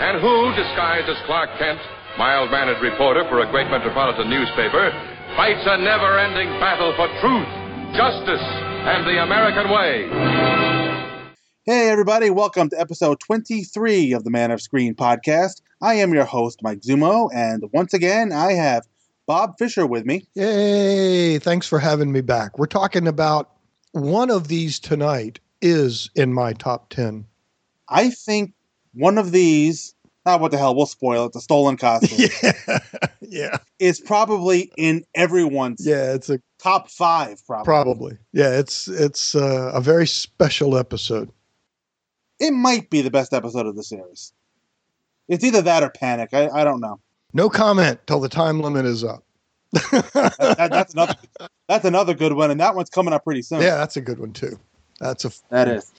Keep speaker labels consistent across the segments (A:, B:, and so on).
A: and who, disguised as Clark Kent, mild mannered reporter for a great metropolitan newspaper, fights a never ending battle for truth, justice, and the American way.
B: Hey, everybody, welcome to episode 23 of the Man of Screen podcast. I am your host, Mike Zumo, and once again, I have Bob Fisher with me.
C: Yay! Thanks for having me back. We're talking about one of these tonight is in my top 10.
B: I think one of these, ah, what the hell, we'll spoil it, the stolen costume,
C: yeah.
B: is probably in everyone's
C: Yeah, it's a
B: top five, probably.
C: probably. Yeah, it's it's uh, a very special episode.
B: It might be the best episode of the series. It's either that or Panic. I, I don't know.
C: No comment till the time limit is up.
B: That- that- that's, another, that's another good one, and that one's coming up pretty soon.
C: Yeah, that's a good one too. That's a
B: That is.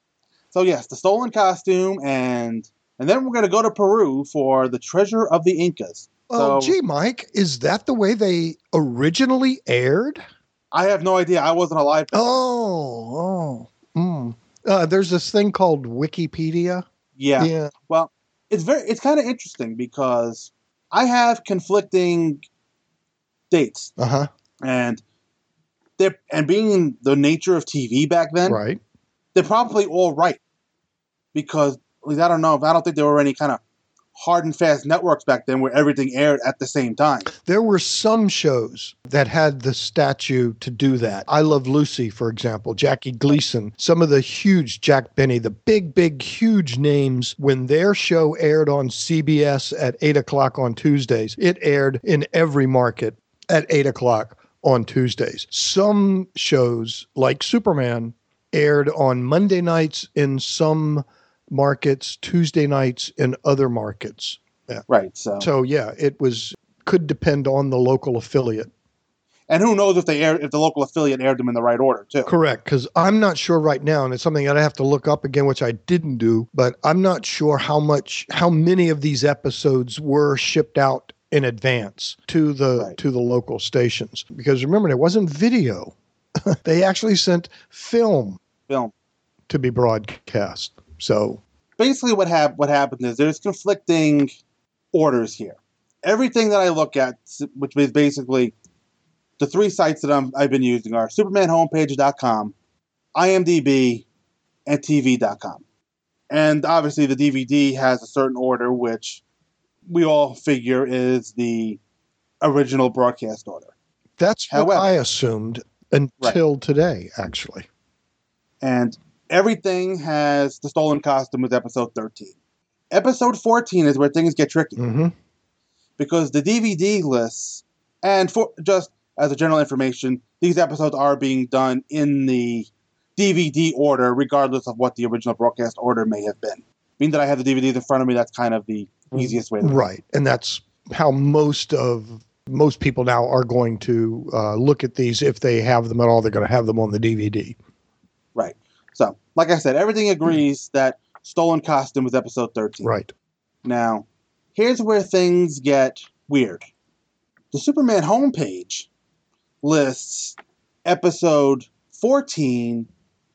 B: So yes, the stolen costume and and then we're gonna go to Peru for the treasure of the Incas.
C: Oh,
B: So-
C: gee, Mike, is that the way they originally aired?
B: I have no idea. I wasn't alive.
C: Oh, oh. Mm. Uh, there's this thing called Wikipedia.
B: Yeah.
C: yeah.
B: It's very it's kinda interesting because I have conflicting dates
C: Uh huh.
B: and they're and being the nature of TV back then,
C: Right.
B: they're probably all right. Because at least I don't know if I don't think there were any kind of hard and fast networks back then where everything aired at the same time.
C: There were some shows that had the statue to do that. I Love Lucy, for example, Jackie Gleason, some of the huge Jack Benny, the big, big, huge names. When their show aired on CBS at eight o'clock on Tuesdays, it aired in every market at eight o'clock on Tuesdays. Some shows, like Superman, aired on Monday nights in some markets, Tuesday nights in other markets.
B: Right.
C: So, yeah, it was could depend on the local affiliate.
B: And who knows if they aired, if the local affiliate aired them in the right order too?
C: Correct, because I'm not sure right now, and it's something that I have to look up again, which I didn't do. But I'm not sure how much, how many of these episodes were shipped out in advance to the
B: Right.
C: to the local stations. Because remember, there wasn't video; they actually sent film
B: Film.
C: to be broadcast. So
B: Basically, what hap- what happened is there's conflicting orders here. Everything that I look at, s- which is basically the three sites that I'm, I've been using are SupermanHomepage.com, IMDb, and TV.com. And obviously, the DVD has a certain order, which we all figure is the original broadcast order.
C: that's what
B: However-
C: I assumed until today, actually.
B: and everything has the stolen costume was episode 13 episode 14 is where things get tricky
C: hmm
B: because the dvd lists and for just as a general information these episodes are being done in the dvd order regardless of what the original broadcast order may have been being that i have the dvds in front of me that's kind of the easiest way to
C: Right, and that's how most of most people now are going to uh, look at these if they have them at all. They're going to have them on the DVD.
B: so like i said everything agrees that stolen costume was episode 13
C: Right.
B: Now, here's where things get weird. The Superman homepage lists episode 14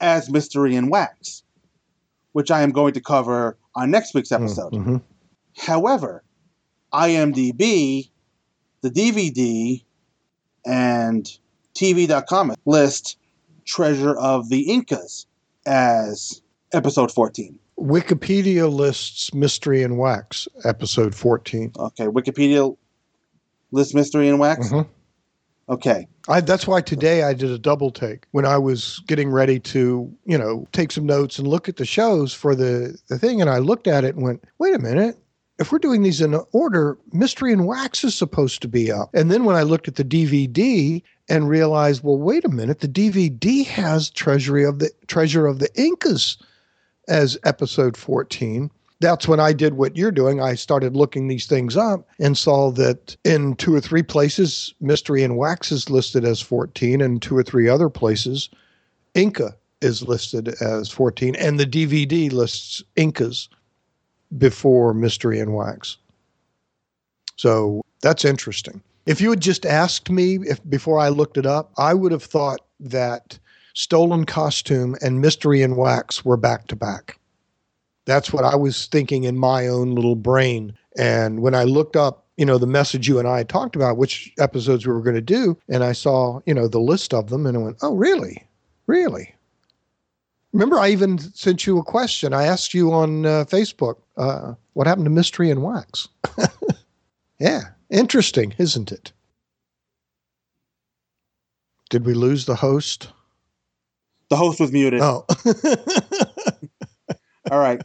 B: as Mystery in Wax, which I am going to cover on next week's episode.
C: Mhm.
B: However, IMDb, the DVD, and TV.com list Treasure of the Incas as episode 14.
C: Wikipedia lists Mystery and Wax, episode 14.
B: Okay, Wikipedia lists Mystery in Wax.
C: Mhm.
B: Okay.
C: I, that's why today I did a double take when I was getting ready to, you know, take some notes and look at the shows for the, the thing. And I looked at it and went, wait a minute. If we're doing these in order, Mystery and Wax is supposed to be up. And then when I looked at the DVD and realized, well, wait a minute, the DVD has Treasury of the Treasure of the Incas as episode 14. that's when I did what you're doing. I started looking these things up and saw that in two or three places, Mystery and Wax is listed as 14, and two or three other places, Inca is listed as 14, and the DVD lists Incas before Mystery and Wax. So that's interesting. If you had just asked me if before I looked it up, I would have thought that Stolen Costume and Mystery and Wax were back to back. That's what I was thinking in my own little brain. And when I looked up, you know, the message you and I talked about, which episodes we were going to do, and I saw, you know, the list of them, and I went, oh, really? Really? Remember, I even sent you a question. I asked you on uh, Facebook, uh, what happened to Mystery and Wax? yeah, interesting, isn't it? Did we lose the host?
B: The host was muted.
C: Oh.
B: All right.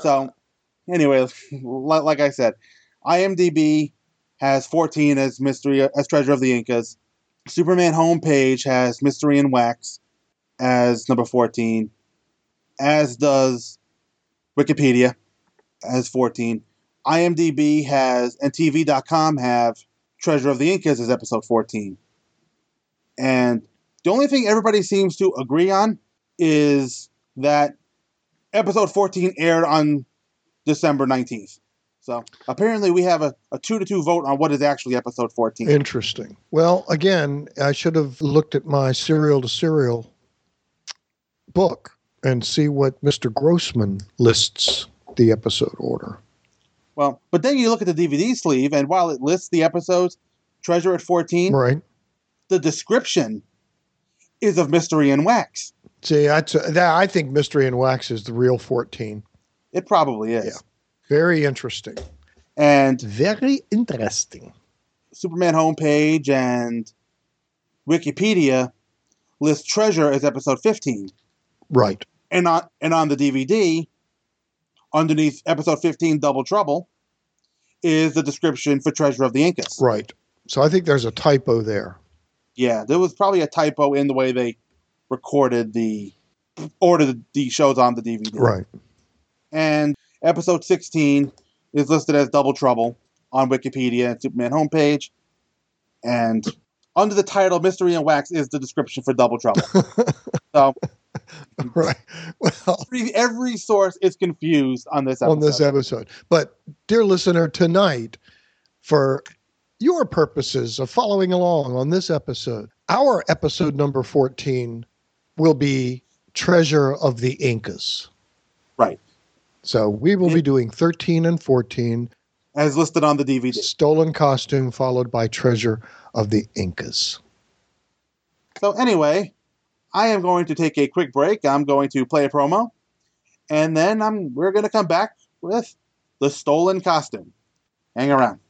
B: So, anyway, li- like I said, IMDb has 14 as mystery as Treasure of the Incas. Superman homepage has Mystery and Wax as number 14, as does Wikipedia as 14. IMDb has and TV.com have Treasure of the Incas as episode 14. And the only thing everybody seems to agree on is that episode 14 aired on December 19th. So apparently we have a, a two to two vote on what is actually episode 14.
C: Interesting. Well, again, I should have looked at my serial to serial book and see what Mr. Grossman lists the episode order.
B: Well, but then you look at the DVD sleeve, and while it lists the episodes, Treasure at 14,
C: Right.
B: the description is of Mystery and Wax.
C: See, that's, that, I think Mystery and Wax is the real 14.
B: It probably is.
C: Yeah. Very interesting.
B: And
C: Very interesting.
B: Superman homepage and Wikipedia list Treasure as episode 15.
C: Right.
B: and on and on the DVD, underneath episode fifteen, Double Trouble, is the description for Treasure of the Incas.
C: Right. So I think there's a typo there.
B: Yeah, there was probably a typo in the way they recorded the ordered the shows on the DVD.
C: Right.
B: And episode sixteen is listed as Double Trouble on Wikipedia and Superman homepage, and under the title Mystery and Wax is the description for Double Trouble. so
C: Right. Well,
B: every, every source is confused on this episode.
C: on this episode. But, dear listener, tonight, for your purposes of following along on this episode, our episode number 14 will be Treasure of the Incas.
B: Right.
C: So we will be doing 13 and 14,
B: as listed on the DVD.
C: Stolen Costume, followed by Treasure of the Incas.
B: So anyway, I am going to take a quick break. I'm going to play a promo, and then I'm we're going to come back with the stolen costume. Hang around.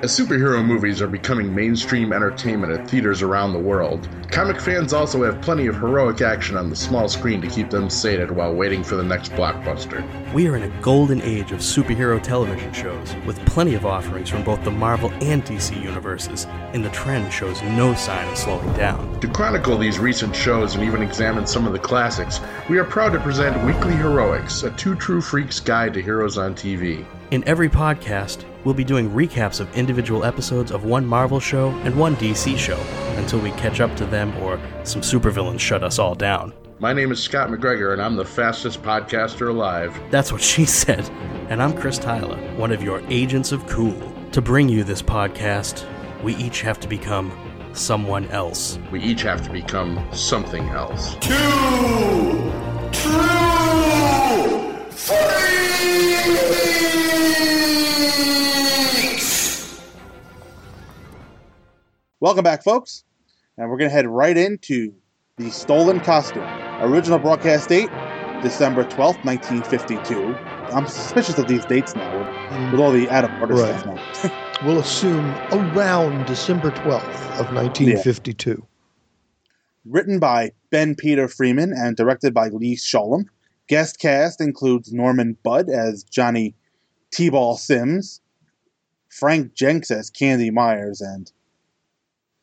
D: As superhero movies are becoming mainstream entertainment at theaters around the world, comic fans also have plenty of heroic action on the small screen to keep them sated while waiting for the next blockbuster.
E: We are in a golden age of superhero television shows, with plenty of offerings from both the Marvel and DC universes, and the trend shows no sign of slowing down.
D: To chronicle these recent shows and even examine some of the classics, we are proud to present Weekly Heroics, a two true freaks guide to heroes on TV.
E: In every podcast, we'll be doing recaps of individual episodes of one Marvel show and one DC show until we catch up to them or some supervillains shut us all down.
D: My name is Scott McGregor, and I'm the fastest podcaster alive.
E: That's what she said. And I'm Chris Tyler, one of your agents of cool. To bring you this podcast, we each have to become someone else.
D: We each have to become something else.
B: Welcome back, folks, and we're going to head right into the stolen costume. Original broadcast date: December twelfth, nineteen fifty-two. I'm suspicious of these dates now with all the out of order
C: Right.
B: stuff now.
C: We'll assume around December 12th of 1952.
B: Written by Ben Peter Freeman and directed by Lee Sholem. Guest cast includes Norman Budd as Johnny T-Ball Sims, Frank Jenks as Candy Myers, and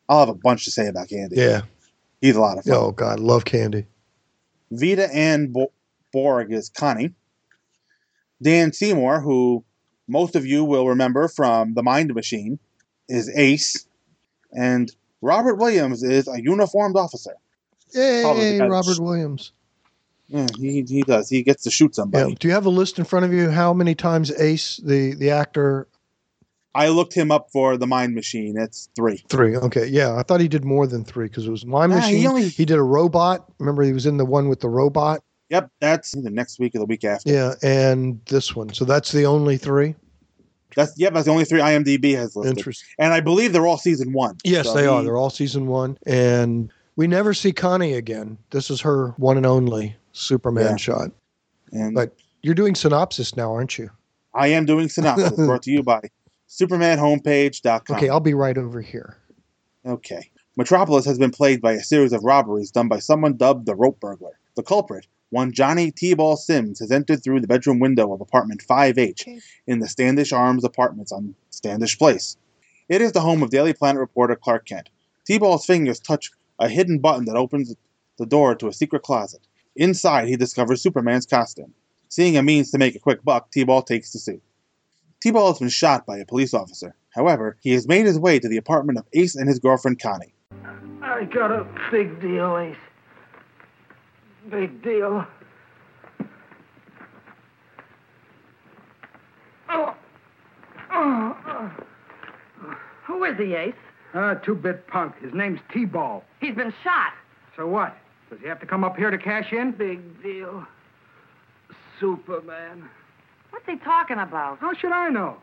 B: I'll have a bunch to say about Candy.
C: Yeah.
B: He's a lot of fun.
C: Oh, God. Love candy.
B: Vita Ann Bo- Borg as Connie. Dan Seymour, who most of you will remember from The Mind Machine, is Ace, and Robert Williams is a uniformed officer.
C: Yay,
B: Probably got-
C: Robert Williams.
B: Yeah, Mm, he, he does. He gets to shoot
C: Yeah.
B: somebody.
C: Do you have a list in front of you? How many times Ace, the the actor,
B: I looked him up for the Mind Machine. It's three.
C: three? Okay, yeah, I thought he did more than three because it was Mind
B: Nah,
C: Machine.
B: he only-
C: he did a robot. Remember, he was in the one with the robot.
B: Yep, that's the next week or the week after.
C: Yeah, and this one. So that's the only three.
B: That's yep. That's the only three IMDb has listed,
C: Interesting.
B: and I believe they're all season one.
C: Yes,
B: So
C: they are.
B: he-
C: They're all season one, and we never see Connie again. This is her one and only Superman
B: Yeah.
C: shot.
B: and
C: but- You're doing synopsis now, aren't you?
B: I am doing synopsis brought to you by SupermanHomepage.com.
C: Okay, I'll be right over here.
B: Okay. Metropolis has been plagued by a series of robberies done by someone dubbed the Rope Burglar. The culprit, one Johnny T-Ball Sims, has entered through the bedroom window of apartment 5H in the Standish Arms Apartments on Standish Place. It is the home of Daily Planet reporter Clark Kent. T-Ball's fingers touch a hidden button that opens the door to a secret closet. Inside, he discovers Superman's costume. Seeing a means to make a quick buck, T-Ball takes the suit. T-Ball has been shot by a police officer. However, he has made his way to the apartment of Ace and his girlfriend Connie.
F: I got a big deal, Ace. Big deal. Oh. Oh.
G: Who is he, Ace?
F: Uh, two-bit punk. His name's T-Ball.
G: He's been shot.
F: So what? Does he have to come up here to cash in?
G: Big deal.
F: Superman.
G: What's he talking about?
F: How should I know?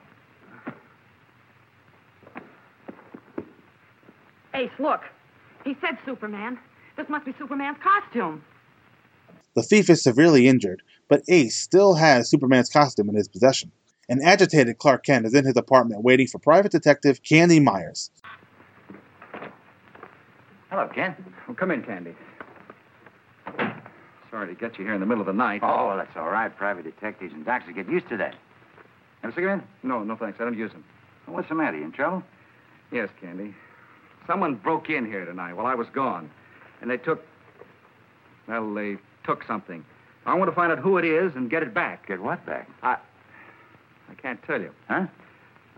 G: Ace, look. He said Superman. This must be Superman's costume.
B: The thief is severely injured, but Ace still has Superman's costume in his possession. An agitated Clark Kent is in his apartment waiting for private detective Candy Myers.
H: Hello, Ken.
F: Well, come in, Candy. Sorry to get you here in the middle of the night.
H: Oh, that's all right. Private detectives and doctors get used to that. Have a cigarette?
F: No, no thanks. I don't use them.
H: What's the matter? You in trouble?
F: Yes, Candy. Someone broke in here tonight while I was gone. And they took. Well, they took something. I want to find out who it is and get it back.
H: Get what back?
F: I. I can't tell you.
H: Huh?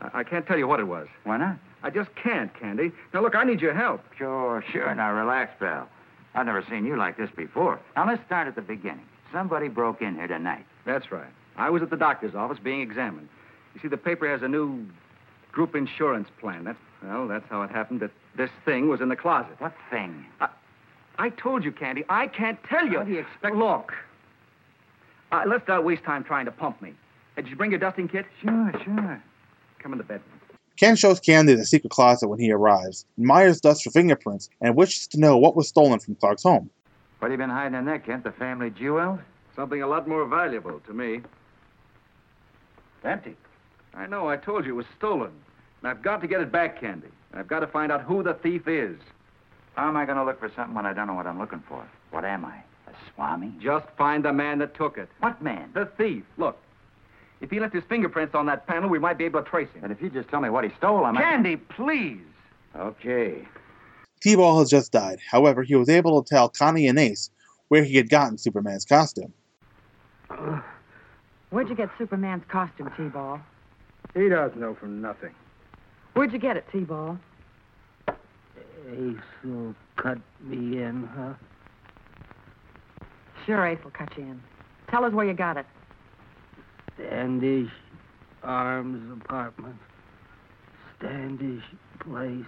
F: I, I can't tell you what it was.
H: Why not?
F: I just can't, Candy. Now, look, I need your help.
H: Sure, sure. Now relax, pal. I've never seen you like this before. Now let's start at the beginning. Somebody broke in here tonight.
F: That's right. I was at the doctor's office being examined. You see, the paper has a new group insurance plan. That's, well, that's how it happened that this thing was in the closet.
H: What thing?
F: I told you, Candy, I can't tell you.
H: How do you expect-
F: Look. Uh, let's not waste time trying to pump me. Hey, did you bring your dusting kit?
H: Sure, sure.
F: Come in the bedroom.
B: Ken shows Candy the secret closet when he arrives. Myers dusts for fingerprints and wishes to know what was stolen from Clark's home.
H: What have you been hiding in there, Kent? The family jewel?
F: Something a lot more valuable to me.
H: Empty.
F: I know, I told you it was stolen. And I've got to get it back, Candy. And I've got to find out who the thief is.
H: How am I going to look for something when I don't know what I'm looking for? What am I? A swami?
F: Just find the man that took it.
H: What man?
F: The thief. Look. If he left his fingerprints on that panel, we might be able to trace him.
H: And if you just tell me what he stole, I might.
F: Candy, please.
H: Okay.
B: T-Ball has just died. However, he was able to tell Connie and Ace where he had gotten Superman's costume.
G: Where'd you get Superman's costume, T-Ball?
F: He doesn't know from nothing.
G: Where'd you get it, T-Ball?
I: Ace will cut me in, huh?
G: Sure, Ace will cut you in. Tell us where you got it.
I: Standish Arms Apartment. Standish Place.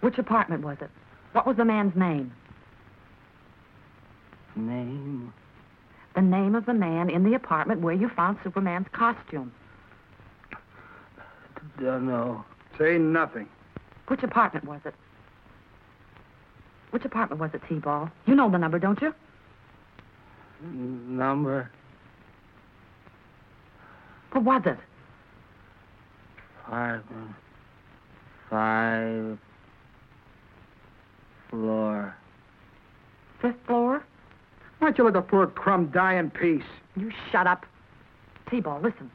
G: Which apartment was it? What was the man's name?
I: Name?
G: The name of the man in the apartment where you found Superman's costume.
I: Dunno.
F: Say nothing.
G: Which apartment was it? Which apartment was it, T-Ball? You know the number, don't you?
I: N- Number
G: What was it?
I: apartment. Five. Floor.
G: Fifth floor?
F: Why don't you let the poor crumb die in peace?
G: You shut up. T-Ball, listen.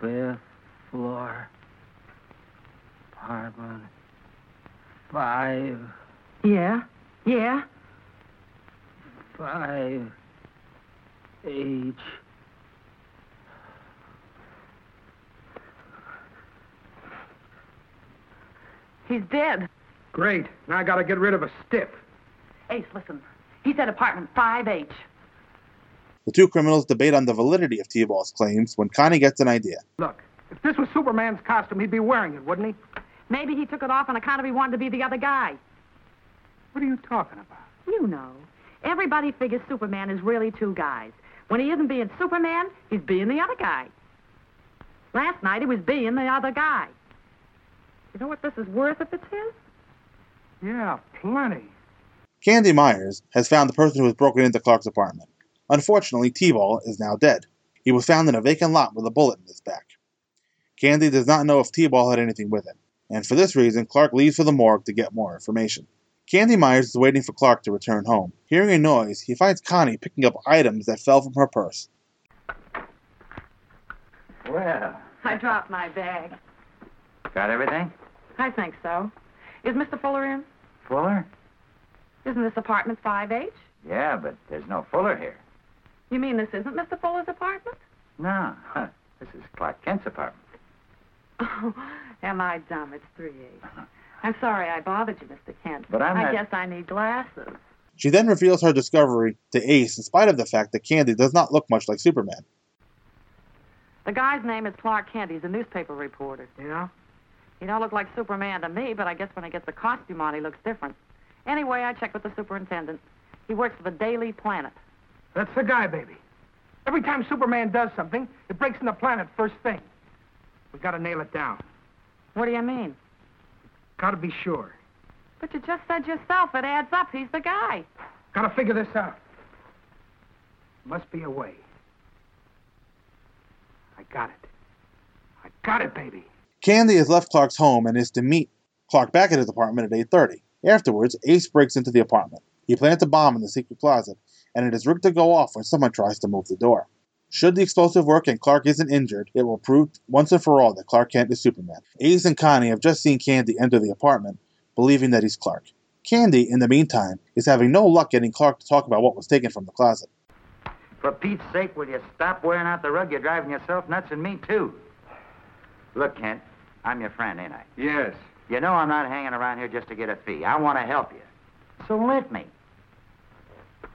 I: Fifth floor. Apartment. Five.
G: Yeah? Yeah?
I: five H
G: He's dead.
F: Great. Now I gotta get rid of a stiff.
G: Ace, listen. He said apartment 5H.
B: The two criminals debate on the validity of T-Ball's claims when Connie gets an idea.
F: Look, if this was Superman's costume, he'd be wearing it, wouldn't he?
G: Maybe he took it off on account of he wanted to be the other guy.
F: What are you talking about?
G: You know. Everybody figures Superman is really two guys. When he isn't being Superman, he's being the other guy. Last night he was being the other guy. You know what this is worth if it's his?
F: Yeah, plenty.
B: Candy Myers has found the person who has broken into Clark's apartment. Unfortunately, T-Ball is now dead. He was found in a vacant lot with a bullet in his back. Candy does not know if T-Ball had anything with him, and for this reason, Clark leaves for the morgue to get more information. Candy Myers is waiting for Clark to return home. Hearing a noise, he finds Connie picking up items that fell from her purse.
H: Well,
G: I dropped my bag.
H: got everything?
G: I think so. Is Mr. Fuller in?
H: Fuller?
G: Isn't this apartment 5H?
H: Yeah, but there's no Fuller here.
G: You mean this isn't Mr. Fuller's apartment?
H: No. Huh. This is Clark Kent's apartment.
G: Oh, am I dumb? It's 3H. I'm sorry I bothered you, Mr. Kent.
H: But I'm
G: I
H: not-
G: guess I need glasses.
B: She then reveals her discovery to Ace in spite of the fact that Candy does not look much like Superman.
G: The guy's name is Clark Kent. He's a newspaper reporter.
F: Yeah?
G: He don't look like Superman to me, but I guess when he gets the costume on, he looks different. Anyway, I checked with the superintendent. He works for the Daily Planet.
F: That's the guy, baby. Every time Superman does something, it breaks into planet first thing. We gotta nail it down.
G: What do you mean?
F: Gotta be sure.
G: But you just said yourself it adds up. He's the guy.
F: Gotta figure this out. Must be a way. I got it. I got it, baby.
B: Candy has left Clark's home and is to meet Clark back at his apartment at 8.30. Afterwards, Ace breaks into the apartment. He plants a bomb in the secret closet, and it is rigged to go off when someone tries to move the door. Should the explosive work and Clark isn't injured, it will prove once and for all that Clark Kent is Superman. Ace and Connie have just seen Candy enter the apartment, believing that he's Clark. Candy, in the meantime, is having no luck getting Clark to talk about what was taken from the closet.
H: For Pete's sake, will you stop wearing out the rug? You're driving yourself nuts and me, too. Look, Kent, I'm your friend, ain't I?
F: Yes.
H: You know I'm not hanging around here just to get a fee. I want to help you. So let me.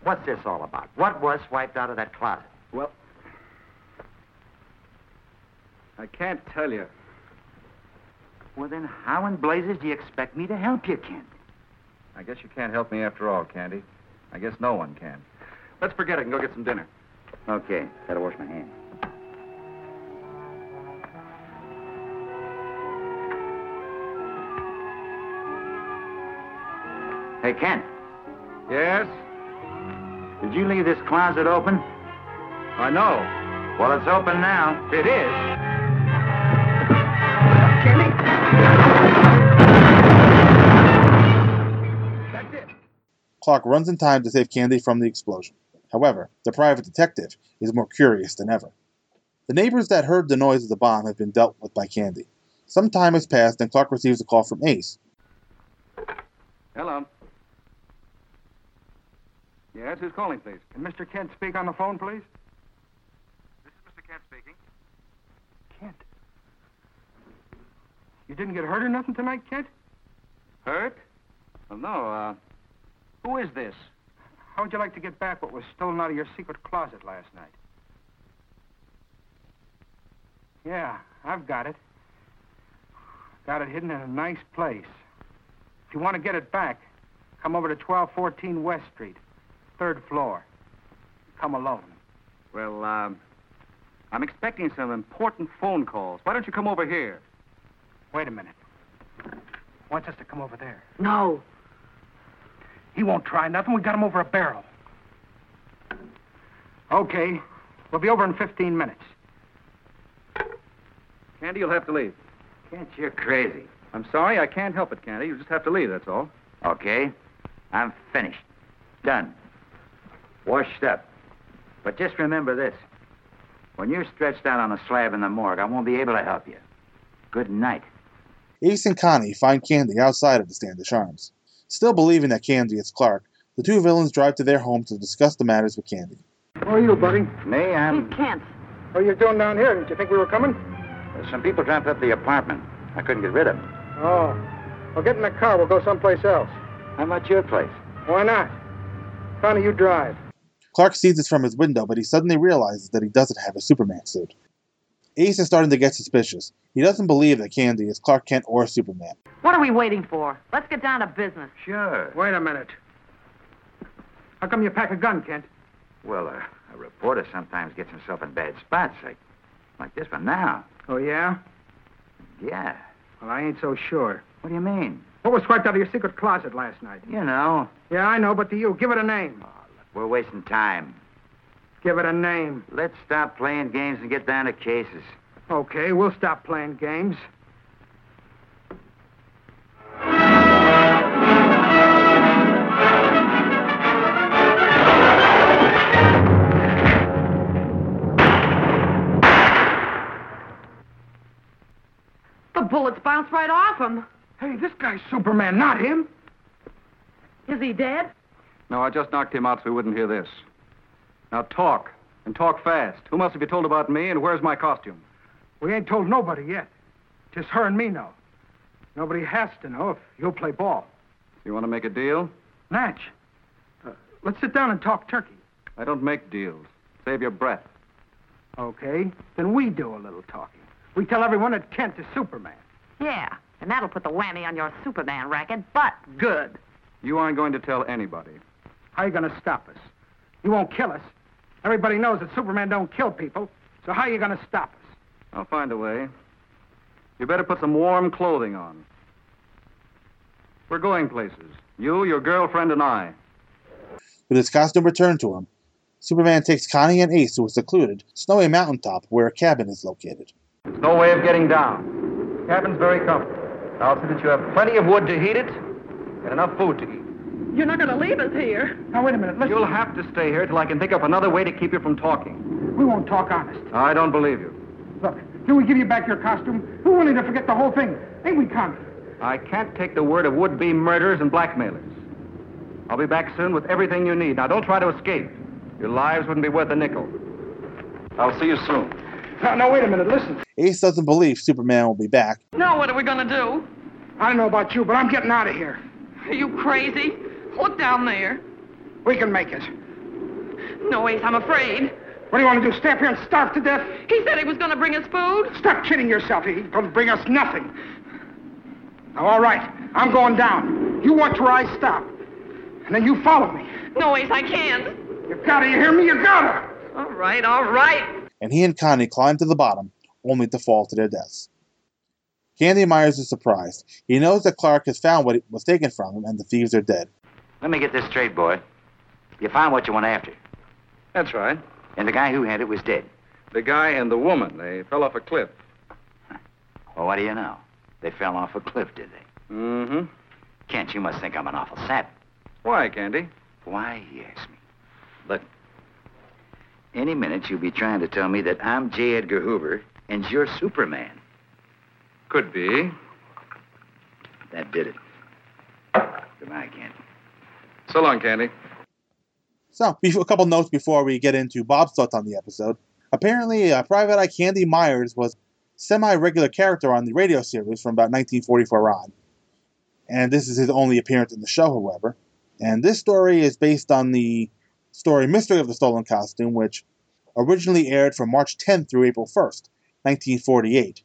H: What's this all about? What was wiped out of that closet?
F: Well, I can't tell you.
H: Well, then, how in blazes do you expect me to help you, Kent?
F: I guess you can't help me after all, Candy. I guess no one can. Let's forget it and go get some dinner.
H: Okay, gotta wash my hands. Hey, Kent,
F: Yes?
H: did you leave this closet open?
F: I know.
H: Well, it's open now.
F: It is.
B: Clark runs in time to save Candy from the explosion. However, the private detective is more curious than ever. The neighbors that heard the noise of the bomb have been dealt with by Candy. Some time has passed, and Clark receives a call from Ace.
F: Hello. Yes, who's calling, please? Can Mr. Kent speak on the phone, please? This is Mr. Kent speaking. Kent. You didn't get hurt or nothing tonight, Kent? Hurt? Well, no. Uh, who is this? How would you like to get back what was stolen out of your secret closet last night? Yeah, I've got it. Got it hidden in a nice place. If you want to get it back, come over to 1214 West Street, third floor. Come alone. Well, um, I'm expecting some important phone calls. Why don't you come over here? Wait a minute. Wants us to come over there.
G: No.
F: He won't try nothing. We got him over a barrel. Okay. We'll be over in 15 minutes. Candy, you'll have to leave.
H: Kent, you're crazy.
F: I'm sorry, I can't help it, Candy. You just have to leave, that's all.
H: Okay, I'm finished. Done. Washed up. But just remember this. When you're stretched out on a slab in the morgue, I won't be able to help you. Good night.
B: Ace and Connie find Candy outside of the Standish Arms. Still believing that Candy is Clark, The two villains drive to their home to discuss the matters with Candy.
F: Who are you, buddy?
H: Me,
G: He's
H: I'm.
G: Kent.
F: What are you doing down here? Didn't you think we were coming?
H: Some people dropped up the apartment. I couldn't get rid of them.
F: Oh. Well, get in the car. We'll go someplace else.
H: How about your place?
F: Why not? Connie, you drive.
B: Clark sees this from his window, but he suddenly realizes that he doesn't have a Superman suit. Ace is starting to get suspicious. He doesn't believe that Candy is Clark Kent or Superman.
G: What are we waiting for? Let's get down to business.
H: Sure.
F: Wait a minute. How come you pack a gun, Kent?
H: Well, a, a reporter sometimes gets himself in bad spots, like, like this one now.
F: Oh, yeah?
H: Yeah.
F: Well, I ain't so sure.
H: What do you mean?
F: What was swiped out of your secret closet last night?
H: You know,
F: Yeah, I know, but to you, give it a name.
H: we're wasting time.
F: Give it a name.
H: Let's stop playing games and get down to cases.
F: Okay, we'll stop playing games.
G: The bullets bounced right off him.
F: Hey, this guy's Superman, not him.
G: Is he dead?
J: No, I just knocked him out so he wouldn't hear this. Now talk, and talk fast. Who must have you told about me, and where's my costume?
F: We ain't told nobody yet. Just her and me know. Nobody has to know if you'll play ball.
J: You want to make a deal?
F: Natch, uh, let's sit down and talk turkey.
J: I don't make deals. Save your breath.
F: Okay, then we do a little talking. We tell everyone that Kent is Superman.
G: Yeah. And that'll put the whammy on your Superman racket, but good.
J: You aren't going to tell anybody.
F: How you gonna stop us? You won't kill us. Everybody knows that Superman don't kill people. So how you gonna stop us?
J: I'll find a way. You better put some warm clothing on. We're going places. You, your girlfriend, and I.
B: With his costume returned to him, Superman takes Connie and Ace to a secluded, snowy mountaintop where a cabin is located.
J: There's no way of getting down. Cabin's very comfortable. I'll see that you have plenty of wood to heat it and enough food to eat.
G: You're not going to leave us here.
F: Now wait a minute. Listen,
J: You'll have to stay here till I can think up another way to keep you from talking.
F: we won't talk honest.
J: I don't believe you.
F: Look, till we give you back your costume, who willing to forget the whole thing? Ain't we, Connie?
J: I can't take the word of would-be murderers and blackmailers. I'll be back soon with everything you need. Now, don't try to escape. Your lives wouldn't be worth a nickel. I'll see you soon.
F: No, no, wait a minute. Listen,
B: Ace doesn't believe Superman will be back,
G: Now what are we going to do?
F: I don't know about you, but I'm getting out of here.
G: Are you crazy? Look down there.
F: We can make it.
G: No, Ace, I'm afraid.
F: What do you want to do? Stay up here and starve to death?
G: He said he was going to bring us food.
F: Stop kidding yourself. He don't bring us nothing. Now, all right, I'm going down. You watch where I stop, and then you follow me.
G: No, Ace, I can't.
F: You gotta, you hear me? You gotta.
G: All right, all right.
B: and he and Connie climb to the bottom, only to fall to their deaths. Candy Myers is surprised. He knows that Clark has found what was taken from him, and the thieves are dead.
H: Let me get this straight, boy. You found what you went after,
J: That's right.
H: and the guy who had it was dead.
J: The guy and the woman, they fell off a cliff.
H: Well, what do you know? They fell off a cliff, did they?
J: Mm-hmm.
H: Kent, you must think I'm an awful sap.
J: Why, Candy?
H: Why, yes, me. Look, any minute you'll be trying to tell me that I'm J. Edgar Hoover and you're Superman.
J: Could be.
H: That did it. Goodbye, Kent.
J: So long, Candy.
B: So, before, a couple notes before we get into Bob's thoughts on the episode. Apparently, uh, Private Eye Candy Myers was semi-regular character on the radio series from about 1944 on, and this is his only appearance in the show, however. And this story is based on the story "Mystery of the Stolen Costume," which originally aired from March 10th through April 1st, 1948,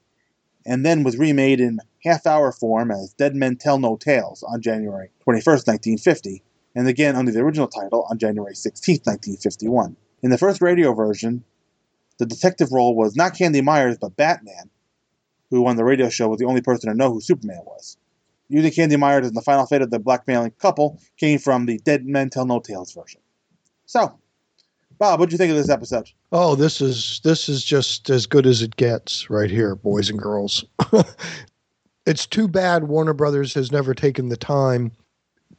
B: and then was remade in half-hour form as "Dead Men Tell No Tales" on January 21st, 1950 and again under the original title on January 16, 1951. In the first radio version, the detective role was not Candy Myers, but Batman, who on the radio show was the only person to know who Superman was. Using Candy Myers as the final fate of the blackmailing couple came from the Dead Men Tell No Tales version. So, Bob, what'd you think of this episode?
C: Oh, this is this is just as good as it gets right here, boys and girls. it's too bad Warner Brothers has never taken the time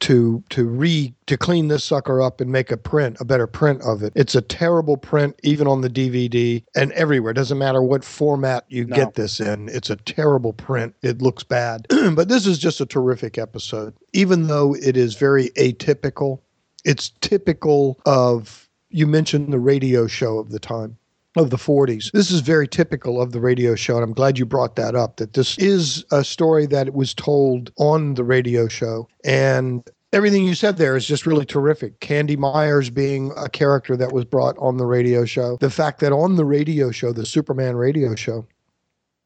C: to to re to clean this sucker up and make a print, a better print of it. It's a terrible print even on the DVD and everywhere. It doesn't matter what format you
B: No.
C: get this in. It's a terrible print. It looks bad. but this is just a terrific episode. Even though it is very atypical it's typical of you mentioned the radio show of the time of the 40s. This is very typical of the radio show, and I'm glad you brought that up. That this is a story that was told on the radio show, and everything you said there is just really terrific. Candy Myers being a character that was brought on the radio show, the fact that on the radio show, the Superman radio show,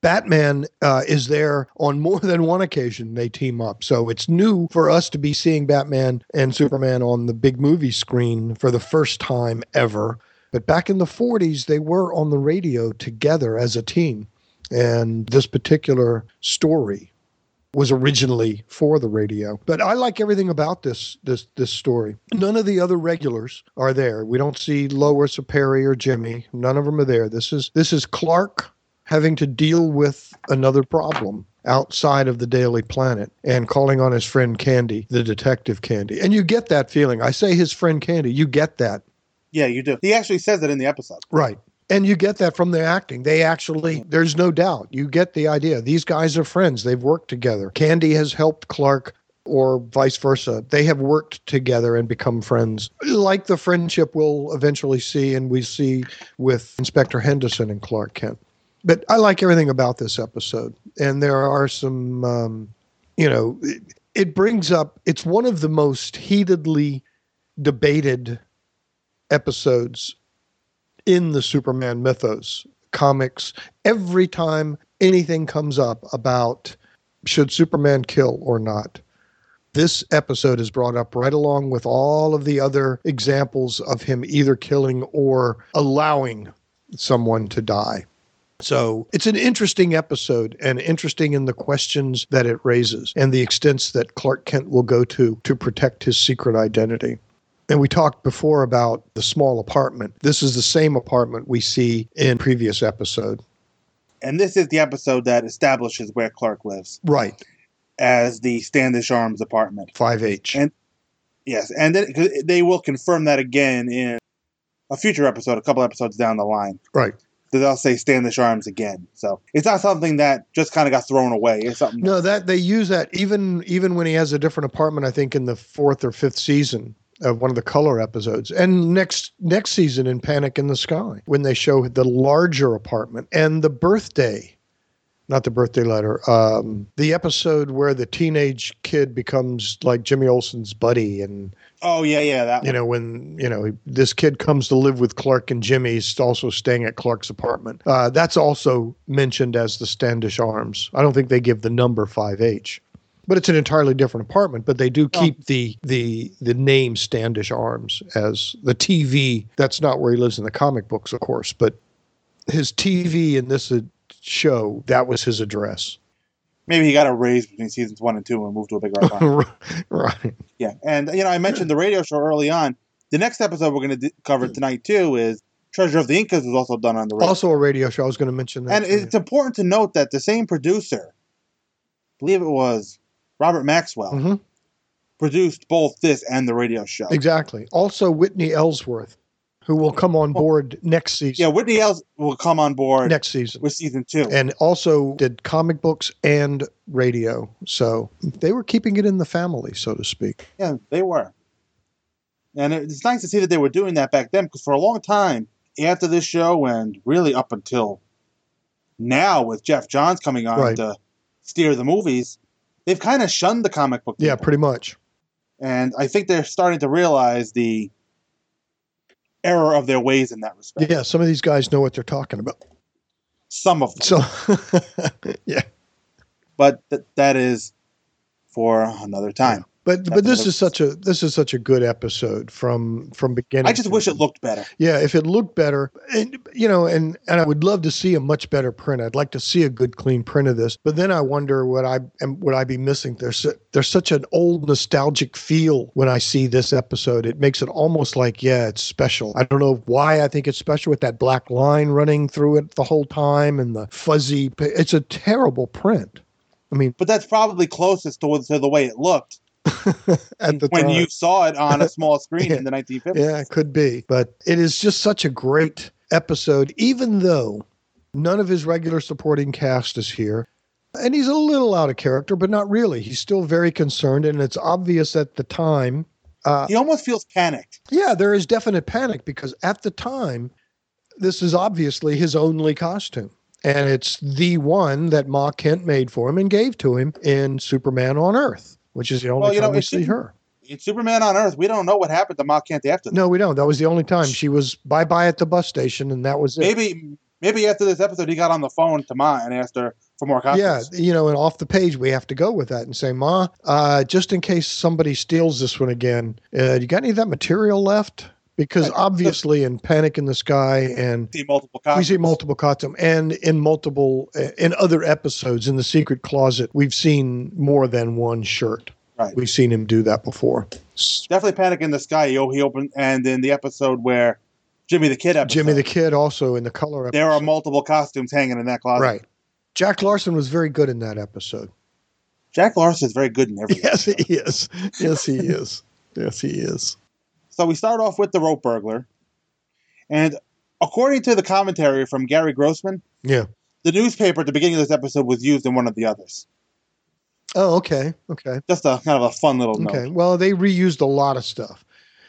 C: Batman uh, is there on more than one occasion. They team up. So it's new for us to be seeing Batman and Superman on the big movie screen for the first time ever. But back in the 40s, they were on the radio together as a team. And this particular story was originally for the radio. But I like everything about this this this story. None of the other regulars are there. We don't see Lois or Perry or Jimmy. None of them are there. This is this is Clark having to deal with another problem outside of the Daily Planet and calling on his friend Candy, the detective Candy. And you get that feeling. I say his friend Candy, you get that.
B: Yeah, you do. He actually says that in the episode.
C: Right. And you get that from the acting. They actually, there's no doubt. You get the idea. These guys are friends. They've worked together. Candy has helped Clark or vice versa. They have worked together and become friends, like the friendship we'll eventually see and we see with Inspector Henderson and Clark Kent. But I like everything about this episode. And there are some, um, you know, it, it brings up, it's one of the most heatedly debated episodes in the Superman mythos, comics, every time anything comes up about should Superman kill or not. This episode is brought up right along with all of the other examples of him either killing or allowing someone to die. So it's an interesting episode and interesting in the questions that it raises and the extents that Clark Kent will go to to protect his secret identity. And we talked before about the small apartment. This is the same apartment we see in previous episode.
B: And this is the episode that establishes where Clark lives
C: Right.
B: as the Standish Arms apartment.
C: 5H.
B: And yes, and then 'cause they will confirm that again in a future episode, a couple episodes down the line.
C: right.
B: That they'll say Standish Arms again. So it's not something that just kind of got thrown away. It's something.
C: No, that they use that even even when he has a different apartment, I think in the fourth or fifth season of one of the color episodes. And next next season in Panic in the Sky, when they show the larger apartment and the birthday. Not the birthday letter. Um, the episode where the teenage kid becomes like Jimmy Olsen's buddy and
B: Oh yeah, yeah, that.
C: you know when you know this kid comes to live with clark and jimmy he's also staying at clark's apartment uh, that's also mentioned as the standish arms i don't think they give the number 5h but it's an entirely different apartment but they do keep the the the name standish arms as the tv that's not where he lives in the comic books of course but his tv in this uh, show that was his address
B: Maybe he got a raise between seasons one and two and moved to a bigger apartment.
C: right
B: yeah, and you know I mentioned the radio show early on. The next episode we're going to d-
C: Mm.
B: cover tonight too is Treasure of the Incas was also done on the radio.
C: also a radio show i was going to mention that
B: and
C: too.
B: it's important to note that the same producer, I believe it was Robert Maxwell,
C: Mhm.
B: produced both this and the radio show.
C: Exactly. Also, Whitney Ellsworth, who will come on board next season.
B: Oh. Yeah, Whitney Ells will come on board
C: Next season.
B: with season two.
C: And also did comic books and radio. So they were keeping it in the family, so to speak.
B: yeah, they were. And it- it's nice to see that they were doing that back then because for a long time after this show and really up until now with Jeff Johns coming on
C: Right.
B: to steer the movies, they've kind of shunned the comic book.
C: Yeah,
B: people.
C: pretty much.
B: and I think they're starting to realize the error of their ways in that respect.
C: Yeah, some of these guys know what they're talking about.
B: Some of them,
C: So, yeah.
B: but th- that is for another time.
C: But but this
B: another-
C: is such a this is such a good episode from from beginning.
B: I just
C: to
B: wish it
C: end.
B: looked better.
C: Yeah, if it looked better, and you know, and and I would love to see a much better print. I'd like to see a good, clean print of this. But then I wonder what I am. Would I be missing? There's su- there's such an old, nostalgic feel when I see this episode. It makes it almost like yeah, it's special. I don't know why I think it's special with that black line running through it the whole time and the fuzzy. p- It's a terrible print
B: But that's probably closest to, to the way it looked
C: at the
B: when
C: time.
B: you saw it on a small screen
C: Yeah.
B: in the 1950s.
C: Yeah, it could be. But it is just such a great episode, even though none of his regular supporting cast is here. And he's a little out of character, but not really. He's still very concerned. And it's obvious at the time Uh,
B: He almost feels panicked.
C: yeah, there is definite panic because at the time, this is obviously his only costume. And it's the one that Ma Kent made for him and gave to him in Superman on Earth, which is the only
B: Well, you know,
C: time we
B: it
C: see
B: shouldn't-
C: her.
B: It's Superman on Earth. We don't know what happened to Ma Kent after that.
C: No, we don't. That was the only time she was bye bye at the bus station, and that was it.
B: Maybe maybe after this episode, he got on the phone to Ma and asked her for more copies.
C: yeah, you know, and off the page we have to go with that and say, Ma, uh, just in case somebody steals this one again, uh, you got any of that material left? Because
B: Right.
C: obviously, in Panic in the Sky and
B: See multiple copies.
C: we see multiple costume and in multiple uh, in other episodes in the Secret Closet, we've seen more than one shirt.
B: Right.
C: We've seen him do that before.
B: Definitely Panic in the Sky. He, o- he opened, and in the episode where Jimmy the Kid episode,
C: Jimmy the Kid also in the color. Episode.
B: there are multiple costumes hanging in that closet.
C: right. Jack Larson was very good in that episode.
B: Jack Larson is very good in everything.
C: Yes, he is. Yes, he is. Yes, he is.
B: So we start off with the rope burglar. And according to the commentary from Gary Grossman,
C: Yeah.
B: the newspaper at the beginning of this episode was used in one of the others.
C: Oh, okay. Okay.
B: Just a kind of a fun little note.
C: Okay. Well, they reused a lot of stuff.